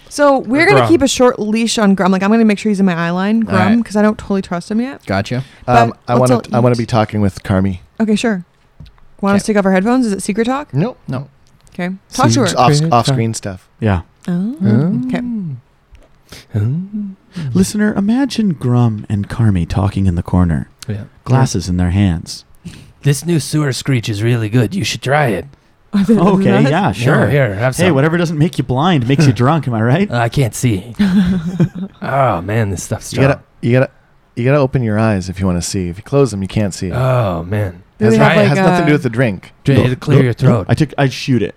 S5: So we're gonna
S7: Grum.
S5: keep a short leash on Grum. Like I'm gonna make sure he's in my eye line,
S6: All right.
S5: Grum, because I don't totally trust him yet.
S6: Gotcha.
S3: Um,
S5: But
S3: I
S5: let's
S3: want to.
S5: all
S3: I want
S5: eat.
S3: to be talking with Carmi.
S5: Okay, sure. Want us to take off our headphones? Is it secret talk?
S3: Nope.
S6: No.
S5: Okay. Talk to her.
S3: Off, off screen stuff.
S4: Yeah.
S5: Oh.
S7: Mm.
S5: Okay. [LAUGHS]
S4: Listener, imagine Grum and Carmi talking in the corner,
S7: Yeah.
S4: glasses in
S7: [LAUGHS]
S4: their hands.
S7: This new sewer screech is really good. You should try it.
S4: Okay, yeah, Uh,
S7: Here,
S4: sure.
S7: here, have some.
S4: Hey, whatever doesn't make you blind makes
S7: [LAUGHS]
S4: you drunk, am I right?
S7: Uh, I can't see.
S5: [LAUGHS]
S7: oh man, this stuff's
S3: You gotta.
S7: strong.
S3: You gotta. You gotta open your eyes if you want to see. If you close them, you can't see.
S7: Oh man,
S5: Do we
S3: has
S5: have,
S7: right, it
S5: like,
S3: has nothing to do
S5: a-
S3: with the drink.
S7: Dr- it'll clear your throat.
S4: I took I
S7: [LAUGHS]
S4: shoot it.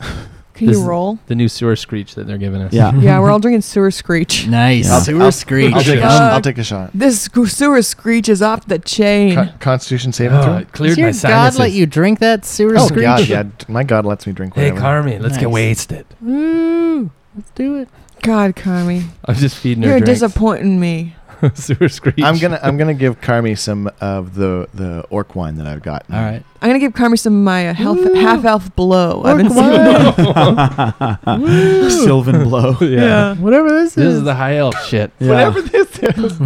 S5: Can
S7: This
S5: you
S7: is-
S5: roll?
S7: The new sewer screech that they're giving us.
S5: [LAUGHS]
S4: Yeah.
S5: yeah, we're all drinking sewer screech.
S6: Nice.
S4: I'll-
S6: Sewer
S3: I'll-
S6: screech.
S3: I'll take, a, sh-
S5: Fuck.
S3: I'll take a shot.
S5: This sc- sewer screech is off the chain.
S3: Con- Constitution saving
S7: Oh,
S3: throw.
S7: it cleared
S6: Does your
S7: my sinuses.
S6: God let you drink that sewer
S3: Oh
S6: screech?
S3: God, yeah. d- My God lets me drink
S7: hey,
S3: whatever.
S7: Carmen, let's get
S6: Nice.
S7: wasted.
S6: Ooh, let's do it.
S5: Mm. God, Carmi,
S7: I'm just feeding her
S5: you're
S7: drinks.
S5: [LAUGHS] disappointing me.
S7: sewer screech.
S3: I'm gonna. [LAUGHS] I'm gonna give Carmi some of the the orc wine that I've got.
S6: All right.
S5: I'm gonna give Carmi some of my uh, half half elf blow. I've been
S4: [LAUGHS] Sylvan blow.
S7: [LAUGHS] yeah.
S6: Whatever this,
S7: This
S6: is.
S7: is the high elf shit.
S3: Whatever this is.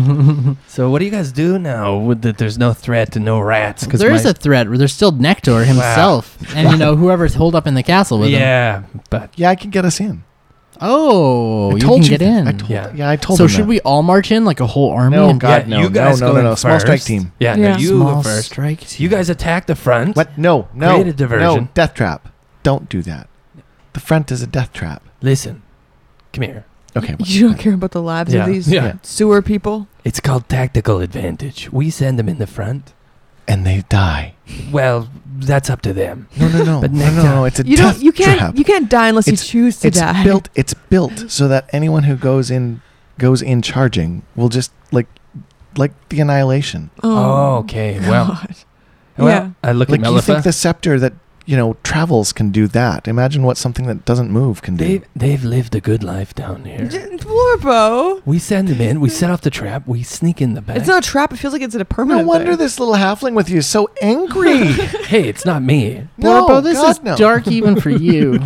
S7: So what do you guys do now with that? There's no threat and no rats. Cause
S6: there
S7: my-
S6: is a threat. where There's still Nector himself, and you know whoever's holed up in the castle with him.
S7: yeah, but
S3: Yeah, I can get us in.
S6: Oh,
S3: I
S6: you
S3: told
S6: can
S3: you
S6: get
S3: that.
S6: in.
S3: I told,
S7: Yeah.
S3: yeah. I told.
S6: so
S3: them
S6: should
S3: that.
S6: we all march in like a whole army?
S3: No,
S6: and-
S3: God,
S7: yeah,
S3: no,
S7: you guys
S3: no,
S7: go
S3: no, no,
S7: in
S3: no. Small strike
S7: first.
S3: team.
S7: Yeah,
S5: Yeah.
S7: no, you
S6: Small
S7: go first.
S6: strike.
S7: You guys attack the front.
S3: What? No, no,
S7: Create a diversion.
S3: no. Death trap. Don't do that. The front is a death trap.
S7: Listen, come here.
S3: Okay. what-
S5: You don't care about the lives
S7: Yeah.
S5: of these
S7: Yeah.
S5: sewer people.
S7: It's called tactical advantage. We send them in the front.
S3: And they die.
S7: Well, that's up to them.
S3: No, no, [LAUGHS] no.
S7: But
S3: no,
S7: next
S3: no,
S7: time-
S3: no. It's a
S5: You
S3: death
S5: don't. You can't.
S3: trap.
S5: You can't die unless
S3: It's-
S5: you choose to
S3: it's
S5: die.
S3: built. It's built so that anyone who goes in goes in charging will just like like the annihilation.
S7: Oh, okay. Well,
S5: God.
S7: well
S5: Yeah.
S7: I look
S3: Like
S7: at
S3: you think
S7: Melifa.
S3: the scepter that you know travels can do that. Imagine what something that doesn't move can do.
S7: They've, they've lived a good life down here.
S5: J- Blorbo.
S7: We send them in. We set off the trap. We sneak in the back.
S5: It's not [LAUGHS] a trap. It feels like it's in a
S3: no
S5: permanent.
S3: wonder
S5: thing.
S3: this little halfling with you is so [LAUGHS] angry.
S7: hey, it's not me.
S5: [LAUGHS]
S3: no,
S6: Blorpo, this
S3: God,
S6: is
S3: no.
S6: dark even for you.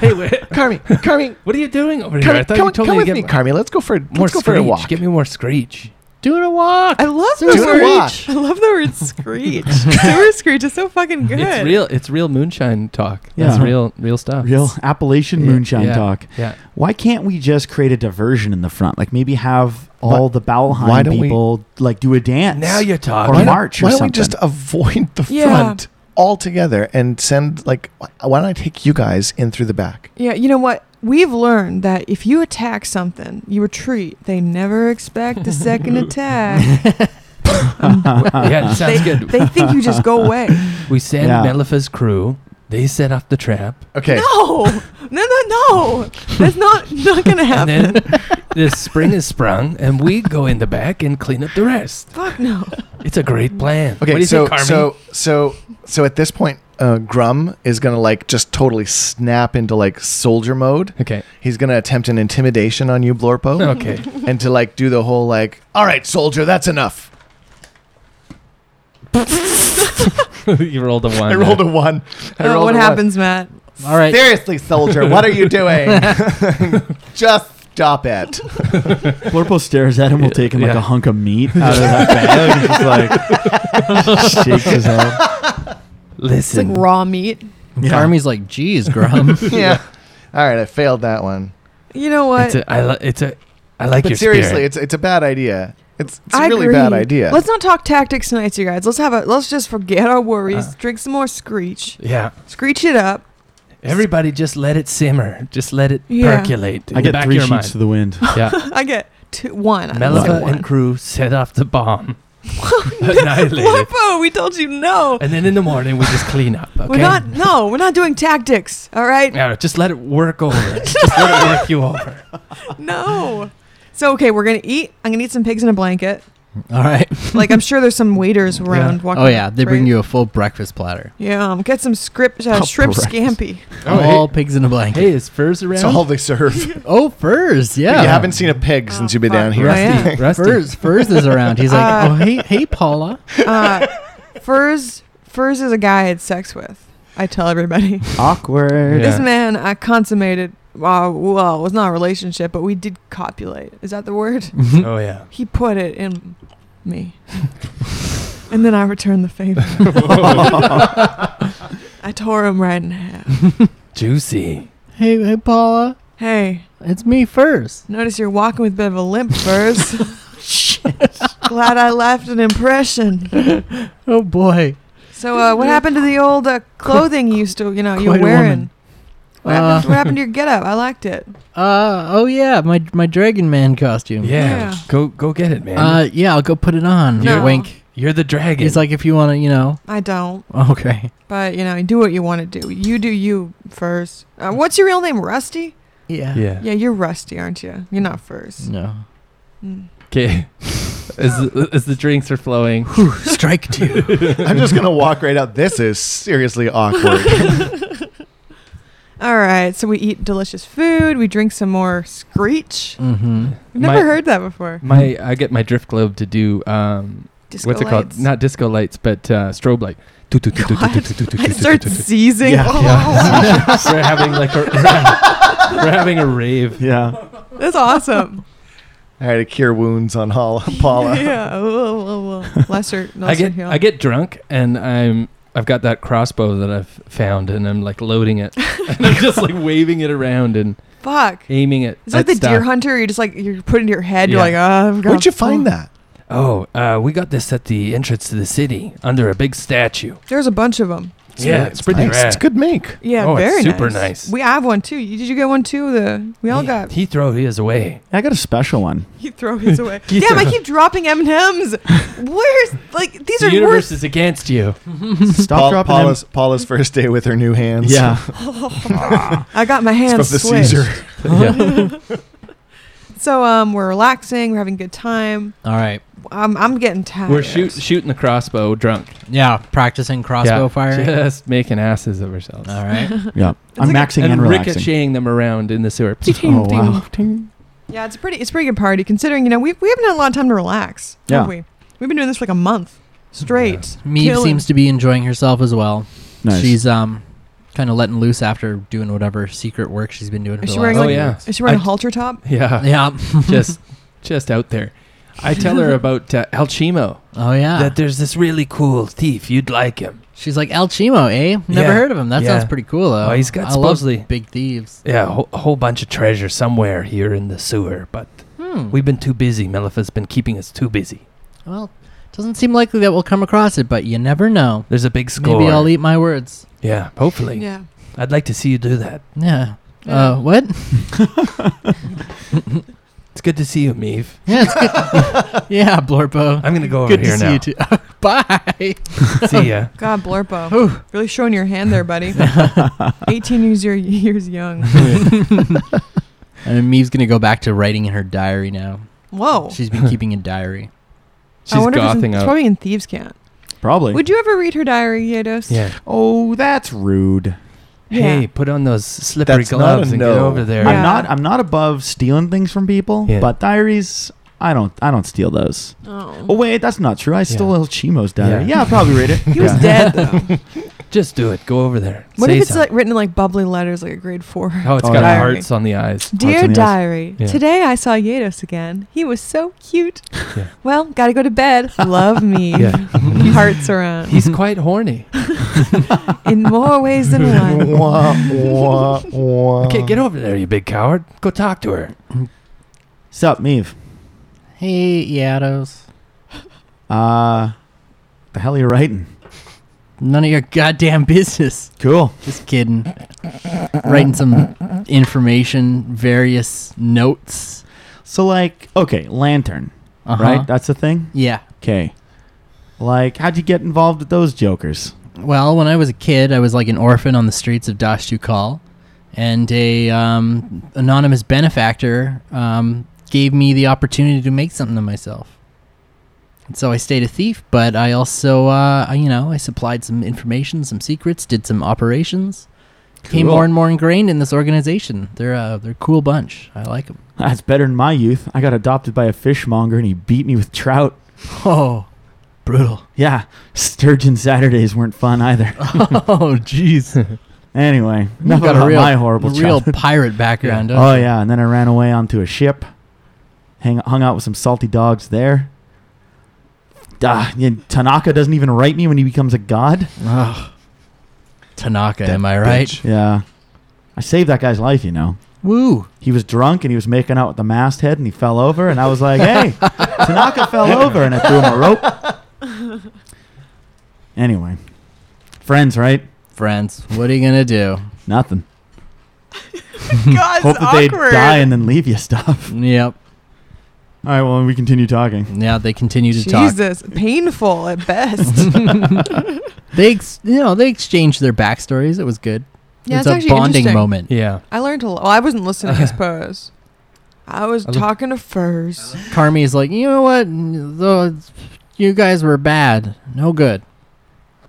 S7: Hey, wait,
S3: Carmi, Carmi,
S7: what are you doing over here? I
S3: Carmi,
S7: thought
S3: come,
S7: you told
S3: come
S7: me
S3: with
S7: to get
S3: me,
S7: my-
S3: Carmi. Let's go for
S7: more
S3: let's go for a
S7: screech.
S3: walk.
S7: Give me more screech.
S6: doing a walk.
S5: I love the
S3: Do a
S5: word.
S3: walk.
S5: I love the word
S7: [LAUGHS]
S5: screech. the word screech is so fucking good.
S7: It's real. It's real moonshine talk.
S4: Yeah.
S7: That's real, real stuff.
S4: Real Appalachian
S7: Yeah,
S4: moonshine
S7: yeah.
S4: talk.
S7: Yeah.
S4: Why can't we just create a diversion in the front? Like maybe have all
S3: Why-
S4: the Bowelheim
S3: why don't we-
S4: people like do a dance.
S7: Now you're talking.
S4: Or
S3: why don't-
S4: March or
S3: why don't
S4: something.
S3: we just avoid the
S5: Yeah.
S3: front altogether and send like wh- why don't I take you guys in through the back?
S5: Yeah, you know what? We've learned that if you attack something, you retreat. They never expect
S7: [LAUGHS]
S5: a second attack. [LAUGHS]
S7: yeah, it sounds
S5: they,
S7: good.
S5: they think you just go
S7: [LAUGHS]
S5: away.
S7: We send
S4: Yeah.
S7: Melifa's crew. They set off the trap.
S3: Okay.
S5: No, no, no, no. That's not not gonna
S7: And
S5: happen.
S7: then [LAUGHS] the spring is sprung, and we go in the back and clean up the rest.
S5: Fuck no.
S7: It's a great plan.
S3: Okay,
S7: what do you
S3: so
S7: think, Carmi?
S3: so so so at this point, uh, Grum is gonna like just totally snap into like soldier mode.
S7: okay.
S3: He's gonna attempt an intimidation on you, Blorpo,
S7: [LAUGHS] Okay.
S3: and to like do the whole like, all right, soldier, that's enough.
S7: you rolled a one.
S3: I rolled a one. I
S5: Uh,
S3: rolled
S5: what
S3: a one.
S5: happens, Matt?
S6: All right.
S3: Seriously, soldier, what are you doing? [LAUGHS] just stop it.
S4: Blurpo stares at him, will take him like
S7: Yeah.
S4: a hunk of meat out of that bag. and just like shakes his head.
S5: It's like
S7: Listen,
S5: raw meat.
S6: Carmi's like, geez, Grum. [LAUGHS]
S3: yeah. [LAUGHS] All right, I failed that one.
S5: You know what?
S7: it's a, I, li- it's a, I like
S3: but
S7: your
S3: seriously,
S7: spirit.
S3: it's it's a bad idea. It's, it's a
S5: I
S3: really
S5: agree.
S3: bad idea.
S5: Let's not talk tactics tonight, you guys. Let's have a. Let's just forget our worries.
S7: Uh.
S5: drink some more screech.
S7: yeah.
S5: Screech it up.
S7: Everybody just let it simmer. Just let it
S5: Yeah.
S7: percolate. In
S4: I
S7: the
S4: get
S7: back
S4: three
S7: of your
S4: sheets
S7: mind.
S4: to the
S7: [LAUGHS]
S4: wind.
S5: [LAUGHS]
S7: Yeah.
S5: I get two, one. I just got
S7: Melifa
S5: one. [LAUGHS]
S7: and crew set off the bomb.
S6: [LAUGHS]
S7: Annihilated.
S5: Blurpo, we told you no.
S7: And then in the morning, we just clean up. Okay.
S5: We're not. No, we're not doing tactics. All right.
S7: Yeah, just let it work over. just let it work you over.
S5: No. So okay, we're gonna eat. I'm gonna eat some pigs in a blanket.
S6: All right.
S5: Like I'm sure there's some waiters around. Walking
S6: Oh yeah, they bring
S5: right?
S6: you a full breakfast platter.
S5: Yeah, um, get some script, uh,
S4: Oh,
S5: shrimp
S4: Christ.
S6: [LAUGHS]
S5: scampi.
S3: Oh,
S6: All pigs in a blanket.
S7: Hey, is furs around?
S3: It's all they
S4: [LAUGHS]
S3: serve.
S6: Oh, Furs. Yeah.
S3: You haven't seen a pig since you've been down here.
S5: Right. Yeah.
S7: Rusty.
S6: Furs. Furs is around. He's like,
S5: Uh,
S6: oh hey hey Paula.
S5: Uh, Furs, Furs is a guy I had sex with. I tell everybody.
S4: Awkward.
S5: This
S7: Yeah.
S5: man I consummated. Uh, well, it was not a relationship, but we did copulate. Is that the word?
S7: Oh yeah.
S5: He put it in me, and then I returned the
S6: [LAUGHS]
S5: favor. I tore him right in half.
S7: Juicy.
S6: [LAUGHS] Hey hey Paula.
S5: Hey,
S6: It's
S7: [LAUGHS]
S6: me Furs.
S5: Notice you're walking with a bit of a limp, Furs. [LAUGHS]
S6: [LAUGHS]
S5: Glad I left an impression.
S6: Oh boy.
S5: So, uh, what happened to the old uh, clothing you used to, you know, you
S6: Quite
S5: were
S6: a
S5: wearing?
S6: woman.
S5: What, happened,
S6: Uh.
S5: what happened to your getup? I liked it.
S6: Uh oh yeah, my my Dragon Man costume.
S7: Yeah.
S5: Yeah.
S7: Go go get it, man.
S6: Uh yeah, I'll go put it on.
S5: No.
S6: Wink.
S7: You're the dragon.
S6: He's like if you want to, you know.
S5: I don't,
S6: Okay.
S5: but you know, you do what you want to do. You do you, Furs. Uh, what's your real name, Rusty?
S6: Yeah.
S7: yeah.
S5: Yeah, you're Rusty, aren't you? You're not Furs.
S6: No.
S5: Mm.
S7: Okay. [LAUGHS] as, the- as the drinks are flowing,
S6: Strike two.
S3: [LAUGHS] I'm just gonna walk right out. This is
S4: [LAUGHS]
S3: seriously awkward.
S5: All right, so we eat delicious food. We drink some more screech.
S6: mm-hmm.
S5: I've
S7: My-
S5: never heurd heard that before.
S7: my I get my drift globe to do um
S5: Disco
S7: what's it
S5: lights.
S7: called? Not disco lights, but uh, strobe [LAUGHS] light.
S5: [LAUGHS] What? I start seizing.
S4: Yeah,
S7: [LAUGHS] we're having like a [LAUGHS] we're having a rave.
S4: Yeah.
S5: [LAUGHS] That's
S7: [LAUGHS]
S5: awesome.
S3: I had to cure wounds on Hol- Paula.
S5: [LAUGHS] yeah. Whoa, whoa, whoa. Lesser, lesser
S7: I get
S5: hill.
S7: I get drunk and I'm I've got that crossbow that I've found and I'm like loading
S5: [LAUGHS]
S7: it [LAUGHS] and I'm just like waving it around and
S5: Fuck.
S7: aiming it.
S5: It's like
S7: at
S5: the
S7: stuff.
S5: deer hunter. You're just like you're putting your head.
S7: Yeah.
S5: You're like, oh, I've got.
S3: Where'd you find that?
S7: Oh, uh, we got this at the entrance to the city under a big statue.
S5: There's a bunch of them.
S7: yeah, it's pretty
S3: nice.
S7: rad.
S3: It's good make.
S5: Yeah,
S7: Oh, it's
S5: very
S7: super
S5: nice.
S7: nice.
S5: We I have one too. You, did you get one too? The we all
S7: He-
S5: got.
S7: He throw his away.
S4: I got a special one.
S5: He throw his away.
S7: [LAUGHS] He
S5: Damn, I
S7: throw-
S5: keep dropping M
S7: [LAUGHS]
S5: and M's. Where's like these
S7: the
S5: are
S7: universe
S5: worth?
S7: is against
S5: [LAUGHS]
S7: you.
S4: [LAUGHS] Stop
S3: Paul-
S4: dropping
S3: Paula's, Paula's first day with her new hands. [LAUGHS]
S4: Yeah.
S5: I got my
S3: It's
S5: hands
S3: from the
S5: sweat.
S3: Caesar.
S7: yeah.
S5: [LAUGHS] So um, we're relaxing. We're having a good time.
S6: All right.
S5: Um, I'm getting tired.
S7: [LAUGHS] We're shoot, [LAUGHS] shooting the crossbow drunk.
S6: Yeah, practicing crossbow
S7: yeah.
S6: firing.
S7: Just making asses of ourselves. [LAUGHS]
S6: All right.
S4: Yeah. I'm
S5: like
S4: maxing
S7: Uh, and
S4: and relaxing.
S7: ricocheting them around in the
S5: [LAUGHS]
S7: sewer.
S4: [LAUGHS] Oh, wow.
S5: Yeah, it's a pretty. It's a pretty good party considering you know we we haven't had a lot of time to relax.
S4: Yeah.
S5: Have we? We've been doing this for like a month straight.
S6: Meeb
S5: Killing.
S6: seems to be enjoying herself as well.
S4: Nice.
S6: She's um kind of letting loose after doing whatever secret work she's been doing. For
S5: Is
S6: the
S5: she wearing,
S6: last
S7: Oh
S5: like-
S6: few
S7: yeah. [LAUGHS]
S6: weeks.
S5: Is she wearing a
S7: I-
S5: halter top?
S7: Yeah.
S6: Yeah.
S7: just just out there.
S2: I tell her about uh, El Chimo.
S6: Oh
S5: Ah.
S6: yeah.
S7: That there's this really cool thief. You'd like him.
S6: She's like El Chimo, eh? Never
S7: Yeah.
S6: heard of him. That
S7: Yeah.
S6: sounds pretty cool
S5: Uh,
S6: though.
S7: Oh, he's got
S6: I love
S7: supposedly-
S6: big thieves.
S7: Yeah, a whole, a whole bunch of treasure somewhere here in the sewer, but
S5: Mm.
S6: Hmm.
S7: we've been too busy. Melifa's been keeping us too busy.
S6: well, doesn't seem likely that we'll come across it, but you never know.
S7: There's a big score.
S6: Maybe I'll eat my words.
S7: Yeah, hopefully.
S5: Yeah.
S7: I'd like to see you do that.
S6: Yeah.
S5: Yeah.
S6: Uh, [LAUGHS] what?
S7: It's good to see you, Meev.
S6: Yeah, it's good. [LAUGHS] yeah, Blorpo.
S7: I'm gonna go over
S6: good
S7: here
S6: to see
S7: now.
S6: you too. Bye.
S7: see ya.
S5: God, Blorpo.
S6: Whew.
S5: Really showing your hand there, buddy. 18 years, your- years young.
S6: [LAUGHS] And Meve's gonna go back to writing in her diary now.
S5: Whoa.
S6: She's been keeping a diary.
S2: She's
S5: if it's, in-
S2: gothing
S5: it's
S2: out.
S5: probably in Thieves' Camp.
S4: Probably.
S5: Would you ever read her diary, Yados?
S7: Yeah.
S4: oh, that's rude.
S7: Hey,
S5: Yeah.
S7: put on those slippery
S3: That's not
S7: gloves
S3: a
S7: and get
S3: no.
S7: over there.
S5: Yeah.
S4: I'm not. I'm not above stealing things from people,
S7: Yeah.
S4: but diaries, I don't. I don't steal those. Oh
S5: Oh.
S4: wait, that's not true. I stole El Chimo's diary.
S7: Yeah.
S4: Yeah, I'll probably [LAUGHS] read it.
S5: He was
S7: [LAUGHS]
S4: Yeah.
S5: dead, though.
S7: Just do it. Go over there.
S5: What
S7: Say
S5: if it's
S7: something.
S5: like written in like bubbly letters, like a grade four? [LAUGHS]
S2: Oh, it's
S4: Oh,
S2: got
S5: yeah.
S2: hearts on the eyes.
S4: in
S5: Dear
S4: the eyes.
S5: diary,
S7: Yeah.
S5: today I saw Yados again. He was so cute.
S7: Yeah.
S5: Well, gotta go to bed. Love me.
S7: Yeah.
S5: [LAUGHS] Hearts around [LAUGHS]
S2: He's quite horny.
S5: in more ways than one.
S3: wah, wah, wah.
S7: Okay, get over there, you big coward. Go talk to her.
S4: Sup, Meve?
S6: [LAUGHS] Hey, Yados.
S4: Uh, the hell are you writing?
S6: None of your goddamn business.
S4: Cool.
S6: Just kidding. Writing some information, various notes.
S4: So like, okay, lantern,
S6: Uh-huh.
S4: right? That's the thing.
S6: Yeah.
S4: Okay. Like, how'd you get involved with those jokers? [LAUGHS]
S6: Well, when I was a kid, I was like an orphan on the streets of Dashtu Kal, and a um, anonymous benefactor um, gave me the opportunity to make something of myself. And so I stayed a thief, but I also, uh, I- you know, I supplied some information, some secrets, did some operations. Became
S4: Cool.
S6: more and more ingrained in this organization. They're uh, they're a cool bunch. I like them.
S4: That's better than my youth. I got adopted by a fishmonger and he beat me with trout.
S6: Oh, brutal.
S4: Yeah, sturgeon Saturdays weren't fun either.
S6: [LAUGHS]
S4: [LAUGHS]
S6: Oh, jeez.
S4: Anyway,
S6: You
S4: enough
S6: got a
S4: about
S6: real-
S4: my horrible
S6: Real [LAUGHS]
S4: childhood.
S6: pirate background.
S4: Oh
S6: huh?
S4: yeah, and then I ran away onto a ship, hang hung out with some salty dogs there. Ah, and Tanaka doesn't even write me when he becomes a god.
S6: Ugh. Tanaka,
S3: That
S6: am I right?
S3: bitch.
S4: Yeah, I saved that guy's life, you know.
S6: Woo.
S4: He was drunk and he was making out with the masthead and he fell over and I was like,
S5: [LAUGHS]
S4: "Hey, Tanaka fell over," and I threw him a rope. Anyway, friends, right?
S6: Friends, what are you gonna do?
S4: Nothing. [LAUGHS]
S5: God,
S4: Hope
S5: it's
S4: that they
S5: awkward.
S4: die and then leave you stuff.
S6: Yep.
S4: All right, well, we continue
S5: [LAUGHS]
S4: talking.
S6: Now they continue to talk.
S5: Jesus, painful
S4: [LAUGHS]
S5: at best.
S6: They, ex- you know, they exchanged their backstories. It was good.
S5: yeah,
S6: it's
S5: it's,
S6: a
S5: actually
S6: bonding
S5: interesting.
S6: moment. [LAUGHS]
S2: Yeah.
S5: I learned a lot. Well, I wasn't listening, I suppose. I was
S2: I love-
S5: talking to furs.
S6: Carmi is like, you know what? Those, you guys were bad. No good.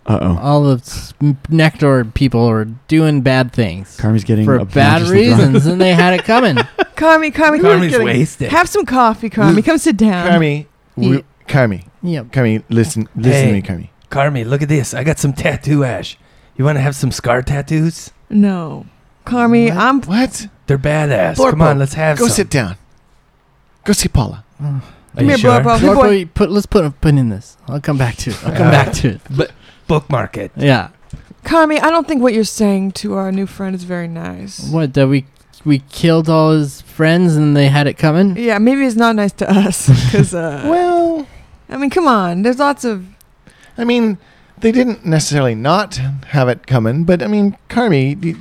S4: Uh oh.
S6: All the s- nectar people are doing bad things
S4: Carmi's getting
S6: for bad
S4: obnoxiously drunk.
S6: reasons, and they had
S7: [LAUGHS]
S6: it coming.
S5: Carmi, Carmi,
S7: Carmi's
S5: Carmi,
S7: wasted.
S5: have some coffee, Carmi. Come sit
S6: Um,
S5: down.
S3: Kami, [LAUGHS]
S6: Yeah.
S3: we, Kami,
S6: yep.
S3: Kami, listen, listen
S7: Hey.
S3: to me, Kami.
S7: Carmi, look at this. I got some tattoo ash. You want to have some scar tattoos?
S5: No, Carmi,
S3: What?
S5: I'm
S3: What?
S7: They're badass.
S3: Blorpo,
S7: Come on, let's have
S3: Go
S7: some.
S3: sit down. Go see Paula.
S7: Are
S5: Come
S7: you
S5: here,
S7: sure?
S5: Blorpo. Oh, Good
S6: Zorko,
S5: boy.
S6: you put, let's put a pin in this. I'll come back to it. I'll come
S5: [LAUGHS]
S6: back to it.
S7: Bookmark it.
S6: Yeah.
S5: Carmi, I don't think what you're saying to our new friend is very nice.
S6: What? That we we killed all his friends, and they had it coming.
S5: Yeah, maybe it's not nice to us
S6: [LAUGHS]
S5: because, uh,
S3: Well,
S5: I mean, come on. There's lots of
S3: I mean, they didn't necessarily not have it coming, but I mean, Kami, you,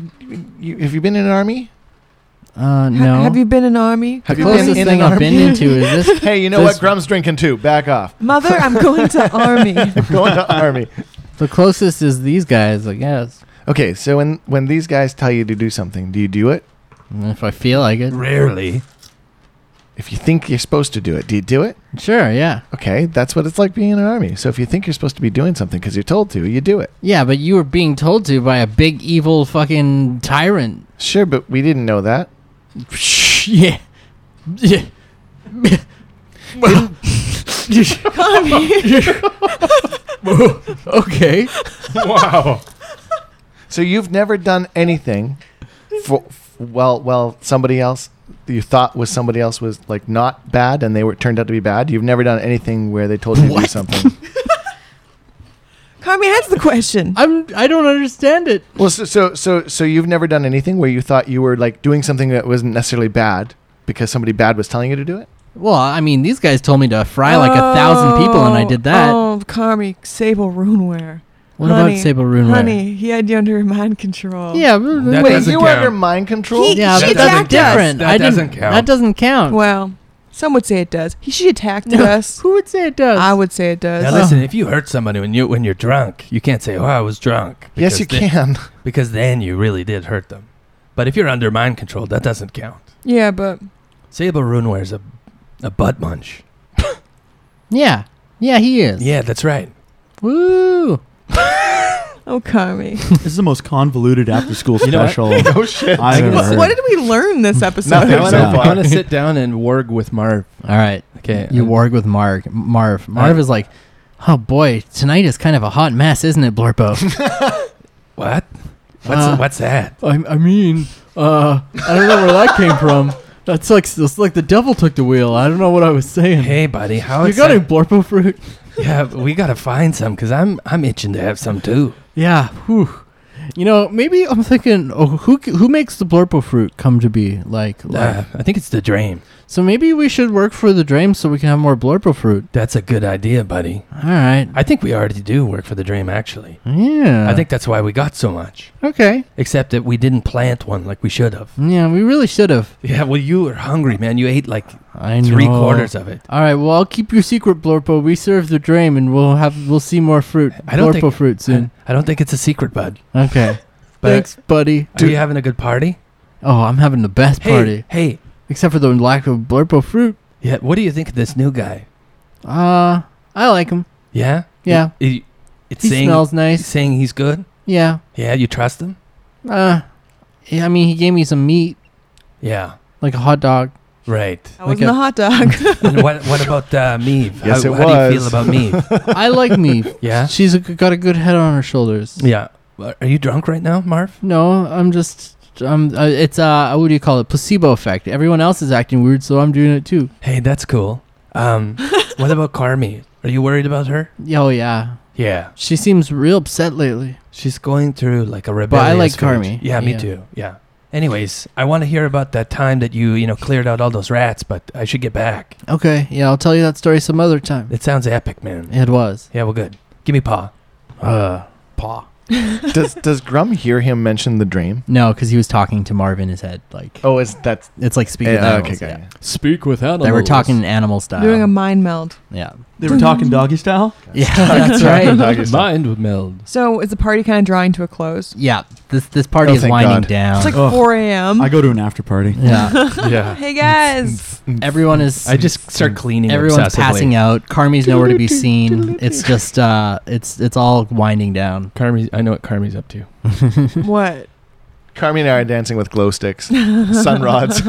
S3: you, have you been in an army?
S6: Uh,
S5: Ha-
S6: no.
S5: Have you been in army?
S3: Have
S6: the
S3: you been
S6: closest
S3: in
S6: thing
S3: an
S6: I've been
S3: army?
S6: into is [LAUGHS] this.
S3: Hey, you know
S6: This-
S3: what? Grum's drinking too. Back [LAUGHS] off.
S5: Mother, I'm going
S6: [LAUGHS]
S5: to army.
S3: Going to army.
S6: The closest is these guys, I guess.
S3: Okay, so when when these guys tell you to do something, do you do it?
S6: And If I feel like it,
S7: Rarely.
S3: If you think you're supposed to do it, do you do it?
S6: sure, yeah,
S3: Okay, that's what it's like being in an army. So if you think you're supposed to be doing something because you're told to, you do it.
S6: yeah. But you were being told to by a big evil fucking
S5: [LAUGHS]
S6: tyrant.
S3: Sure, but we didn't know that.
S6: Shh, [LAUGHS] yeah, yeah. okay.
S3: So you've never done anything for, f- well, well, somebody else that you thought was somebody else was like not bad and they were turned out to be bad? You've never done anything where they told you to do something.
S5: Carmi, that's the question.
S6: I'm. I don't understand it.
S3: well, so, so so so you've never done anything where you thought you were like doing something that wasn't necessarily bad because somebody bad was telling you to do it.
S6: Well, I mean, these guys told me to fry like a thousand people, and I did that.
S5: Oh, Carmi, Sable Runeware.
S6: what
S5: honey,
S6: about Sable Runeware?
S5: Honey, he had you under mind control.
S6: Yeah, but-
S7: That
S3: Wait,
S7: doesn't
S3: you were
S7: count.
S3: under mind control.
S5: He-
S6: yeah,
S5: she
S6: but that's
S5: attacked
S6: different.
S7: us. That
S6: I didn't-
S7: doesn't count.
S6: That doesn't count.
S5: Well, some would say it does. He, she attacked
S6: No,
S5: us.
S6: Who would say it does?
S5: I would say it does.
S7: Now
S6: Oh.
S7: listen, if you hurt somebody when you when you're drunk, you can't say, "Oh, I was drunk." because
S3: yes, you
S7: then-
S3: can.
S7: because then you really did hurt them. But if you're under mind control, that doesn't count.
S5: Yeah, but
S7: Sable Runeware is a a butt munch.
S6: Yeah, yeah, he is.
S7: Yeah, that's right.
S6: Woo.
S5: oh, Carmi.
S4: This is the most convoluted after school
S7: [LAUGHS] You know what?
S4: special
S3: Oh shit!
S4: I've ever
S5: what,
S4: heard.
S5: what did we learn this episode?
S3: Nothing.
S7: I
S3: So
S7: wanna-
S3: far.
S7: I want to sit down and warg with Marv.
S6: All right.
S7: Okay,
S6: You
S7: uh,
S6: warg with Marv. Marv. Marv
S7: I-
S6: is like, oh boy, tonight is kind of a hot mess, isn't it, Blorpo?
S7: What? What's
S6: Uh,
S7: what's that?
S6: I, I mean, [LAUGHS] uh, I don't know where that came from. That's like that's like the devil took the wheel. I don't know what I was saying.
S7: Hey, buddy, how
S6: you
S7: is
S6: got any
S7: that-
S6: Blorpo fruit?
S7: Yeah, we gotta find some because I'm I'm itching to have some too.
S6: Yeah. Whew. You know, maybe I'm thinking, oh, who c- who makes the Blorpo fruit come to be? Like,
S7: Uh,
S6: like-
S7: I think it's the dream.
S6: so maybe we should work for the dream so we can have more Blorpo fruit.
S7: That's a good idea, buddy.
S6: All right.
S7: I think we already do work for the dream. Actually,
S6: Yeah.
S7: I think that's why we got so much.
S6: Okay.
S7: Except that we didn't plant one like we should have.
S6: Yeah, we really should have.
S7: Yeah, well, you were hungry, man. You ate like
S6: I know.
S7: three quarters of it.
S6: All right. Well, I'll keep your secret, Blorpo. We serve the dream, and we'll have we'll see more fruit.
S7: I don't
S6: Blorpo
S7: think-
S6: fruit soon.
S7: I don't think it's a secret, bud.
S6: Okay.
S7: [LAUGHS] But
S6: Thanks, buddy.
S7: are you having a good party?
S6: Oh, I'm having the best party,
S7: Hey, hey.
S6: except for the lack of Blorpo fruit.
S7: Yeah, what do you think of this new guy?
S6: Uh, I like him.
S7: Yeah?
S6: Yeah.
S7: It- it- it's
S6: He
S7: saying
S6: smells nice.
S7: it's saying he's good?
S6: Yeah.
S7: Yeah, you trust him?
S6: Uh, yeah, I mean, he gave me some meat,
S7: Yeah.
S6: like a hot dog.
S7: Right.
S5: I was
S6: Like
S5: in
S6: a-
S5: the hot dog. [LAUGHS]
S7: and what what about uh [LAUGHS] Meave?
S3: Yes,
S7: how,
S3: it
S7: how do you feel
S3: was.
S7: about [LAUGHS] Meave?
S6: I like meat.
S7: Yeah?
S6: She's a, got a good head on her shoulders.
S7: Yeah. Are are you drunk right now, Marv?
S6: No, I'm just. Um, uh, it's uh, what do you call it? Placebo effect. Everyone else is acting weird, so I'm doing it too.
S7: Hey, that's cool.
S6: [LAUGHS]
S7: Um what about Carmi? Are you worried about her?
S6: Yeah, Oh yeah,
S7: Yeah.
S6: she seems real upset lately.
S7: She's going through like a
S6: I
S7: rebellious
S6: like
S7: phase.
S6: Carmi.
S7: Yeah, me
S6: Yeah.
S7: too. Yeah. Anyways, I want to hear about that time that you, you know, cleared out all those rats, but I should get back.
S6: Okay, yeah, I'll tell you that story some other time.
S7: It sounds epic, man.
S6: It was.
S7: Yeah, well, good. Give me paw.
S6: Uh, paw.
S3: does does Grum hear him mention the dream?
S6: No, because he was talking to Marv in his head. Like
S3: Oh, is that
S6: it's like speaking. to
S3: yeah, okay?
S6: animals,
S3: got
S6: yeah.
S3: you.
S7: Speak without
S6: They were talking animal style.
S5: Doing a mind meld.
S6: yeah,
S4: They were talking doggy style.
S6: [LAUGHS] yeah, [LAUGHS] that's right.
S7: [LAUGHS]
S3: Doggy style.
S7: Mind meld.
S5: So is the party kind of drawing to a close?
S6: Yeah, this this party
S3: Oh,
S6: is
S3: thank
S6: winding
S3: God.
S6: down.
S5: It's like
S4: Ugh.
S5: 4 a.m.
S4: I go to an after party.
S5: [LAUGHS]
S6: yeah,
S7: Yeah.
S5: Hey guys,
S6: everyone is.
S7: I just start cleaning.
S6: Everyone's
S7: obsessively.
S6: passing out. Carmi's nowhere to [LAUGHS] be seen. It's just uh, it's it's all winding down.
S7: Carmi, I know what Carmi's up to.
S5: what?
S3: Carmi and I are dancing with glow sticks,
S5: [LAUGHS]
S3: sun rods.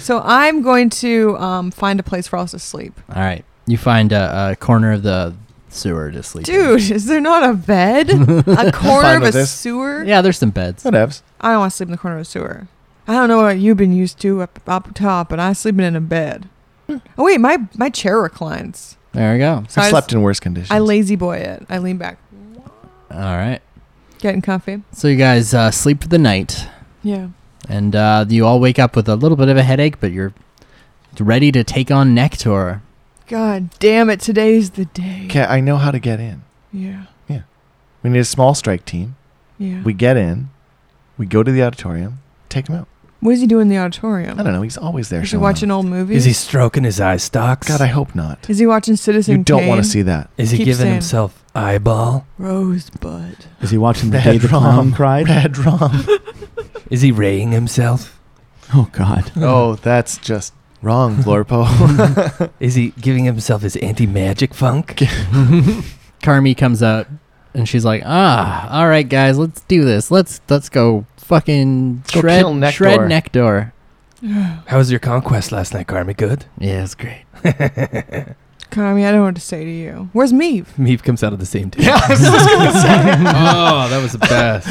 S5: So I'm going to um, find a place for us to sleep.
S6: All right, you find a, a corner of the sewer to sleep. in.
S5: Dude, is there not a bed? A corner
S3: fine
S5: of a
S3: with this.
S5: sewer?
S6: Yeah, there's some beds.
S3: Whatevs.
S5: I don't want to sleep in the corner of a sewer. I don't know what you've been used to up, up top, but I'm sleeping in a bed. Oh wait, my my chair reclines.
S6: There we go.
S5: So I,
S3: I
S5: s-
S3: slept in worse conditions.
S5: I lazy boy it. I lean back,
S6: All right.
S5: getting comfy.
S6: So you guys uh, sleep for the night,
S5: Yeah.
S6: and uh, you all wake up with a little bit of a headache, but you're ready to take on Nectar.
S5: God damn it! Today's the day.
S3: Okay, I know how to get in.
S5: Yeah.
S3: We need a small strike team.
S5: Yeah.
S3: We get in. We go to the auditorium. Take him out.
S5: what does he do in the
S3: I
S5: auditorium?
S3: don't know. He's always there.
S5: Is he
S3: showing
S5: watching
S3: up.
S5: old movies?
S7: Is he stroking his eye stalks?
S3: God, I hope not.
S5: Is he watching Citizen
S3: You don't
S5: Kane?
S3: want to see that.
S7: Is he
S5: keep
S7: giving
S5: saying-
S7: himself eyeball?
S5: Rosebud.
S4: [LAUGHS] Is he watching the
S3: Red
S4: day the clown
S3: Rum.
S4: cried?
S5: [LAUGHS]
S3: Red rum.
S7: Is he raying himself?
S4: Oh God.
S3: oh, that's just wrong,
S5: [LAUGHS]
S3: Blorpo.
S7: Is he giving himself his anti-magic
S6: [LAUGHS]
S7: funk?
S6: Carmi comes out, and she's like, "Ah, all right, guys, let's do this. Let's let's go fucking
S3: Go
S6: shred
S3: kill Nectar."
S6: shred Nectar."
S7: How was your conquest last night, Carmi? Good.
S6: Yeah, it's great.
S5: Kami, I don't know what to say to you. Where's
S7: [LAUGHS]
S5: Meave?
S3: [LAUGHS]
S7: Meep comes out of the [LAUGHS] same table.
S3: yeah, I was
S7: [LAUGHS]
S3: just gonna say.
S7: oh, that was the best.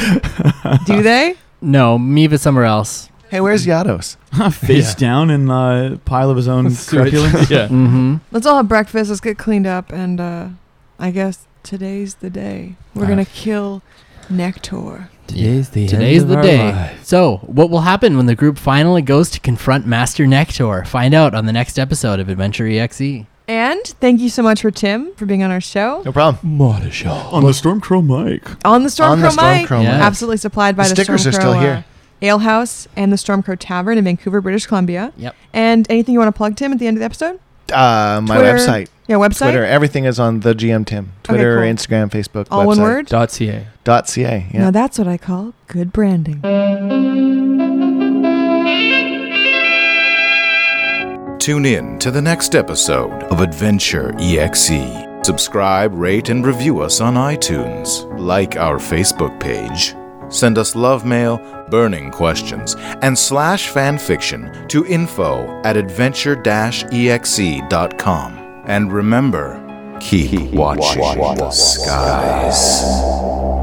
S5: Do they?
S6: No, Miva's somewhere else.
S3: Hey, where's Yados?
S4: [LAUGHS] face down in a pile of
S7: [LAUGHS]
S4: his own
S2: Sewage.
S4: curriculum.
S2: yeah.
S6: Mm-hmm.
S5: Let's all have breakfast. Let's get cleaned up, and uh, I guess today's the day. We're
S2: Ah.
S5: gonna kill Nectar.
S2: Today's the
S6: Today's the day. So, what will happen when the group finally goes to confront Master Nector? Find out on the next episode of Adventure E EXE.
S5: And thank you so much for Tim for being on our show
S3: No problem.
S4: On the Stormcrow mic.
S5: on the
S3: On the
S5: Stormcrow Mike.
S3: Stormcrow
S6: Yeah.
S3: mic.
S5: Absolutely supplied by
S3: The
S5: the,
S3: stickers
S5: Stormcrow,
S3: are still
S5: uh,
S3: here.
S5: Ale House and the Stormcrow Tavern in Vancouver, British Columbia.
S6: Yep.
S5: And anything you want to plug, Tim, at the end of the episode?
S3: Uh, my
S5: Twitter,
S3: website,
S5: Yeah, website.
S3: Twitter, everything is on the GM Tim. Twitter,
S5: cool.
S3: Instagram, Facebook.
S5: All one
S3: website,
S5: word.
S2: Dot ca.
S3: Dot ca. Yeah.
S5: Now that's what I call good branding.
S1: Tune in to the next episode of Adventure EXE. Subscribe, rate, and review us on iTunes. Like our Facebook page. Send us love mail, burning questions, and slash fanfiction to info at E adventure exe.com. And remember, keep watching the skies.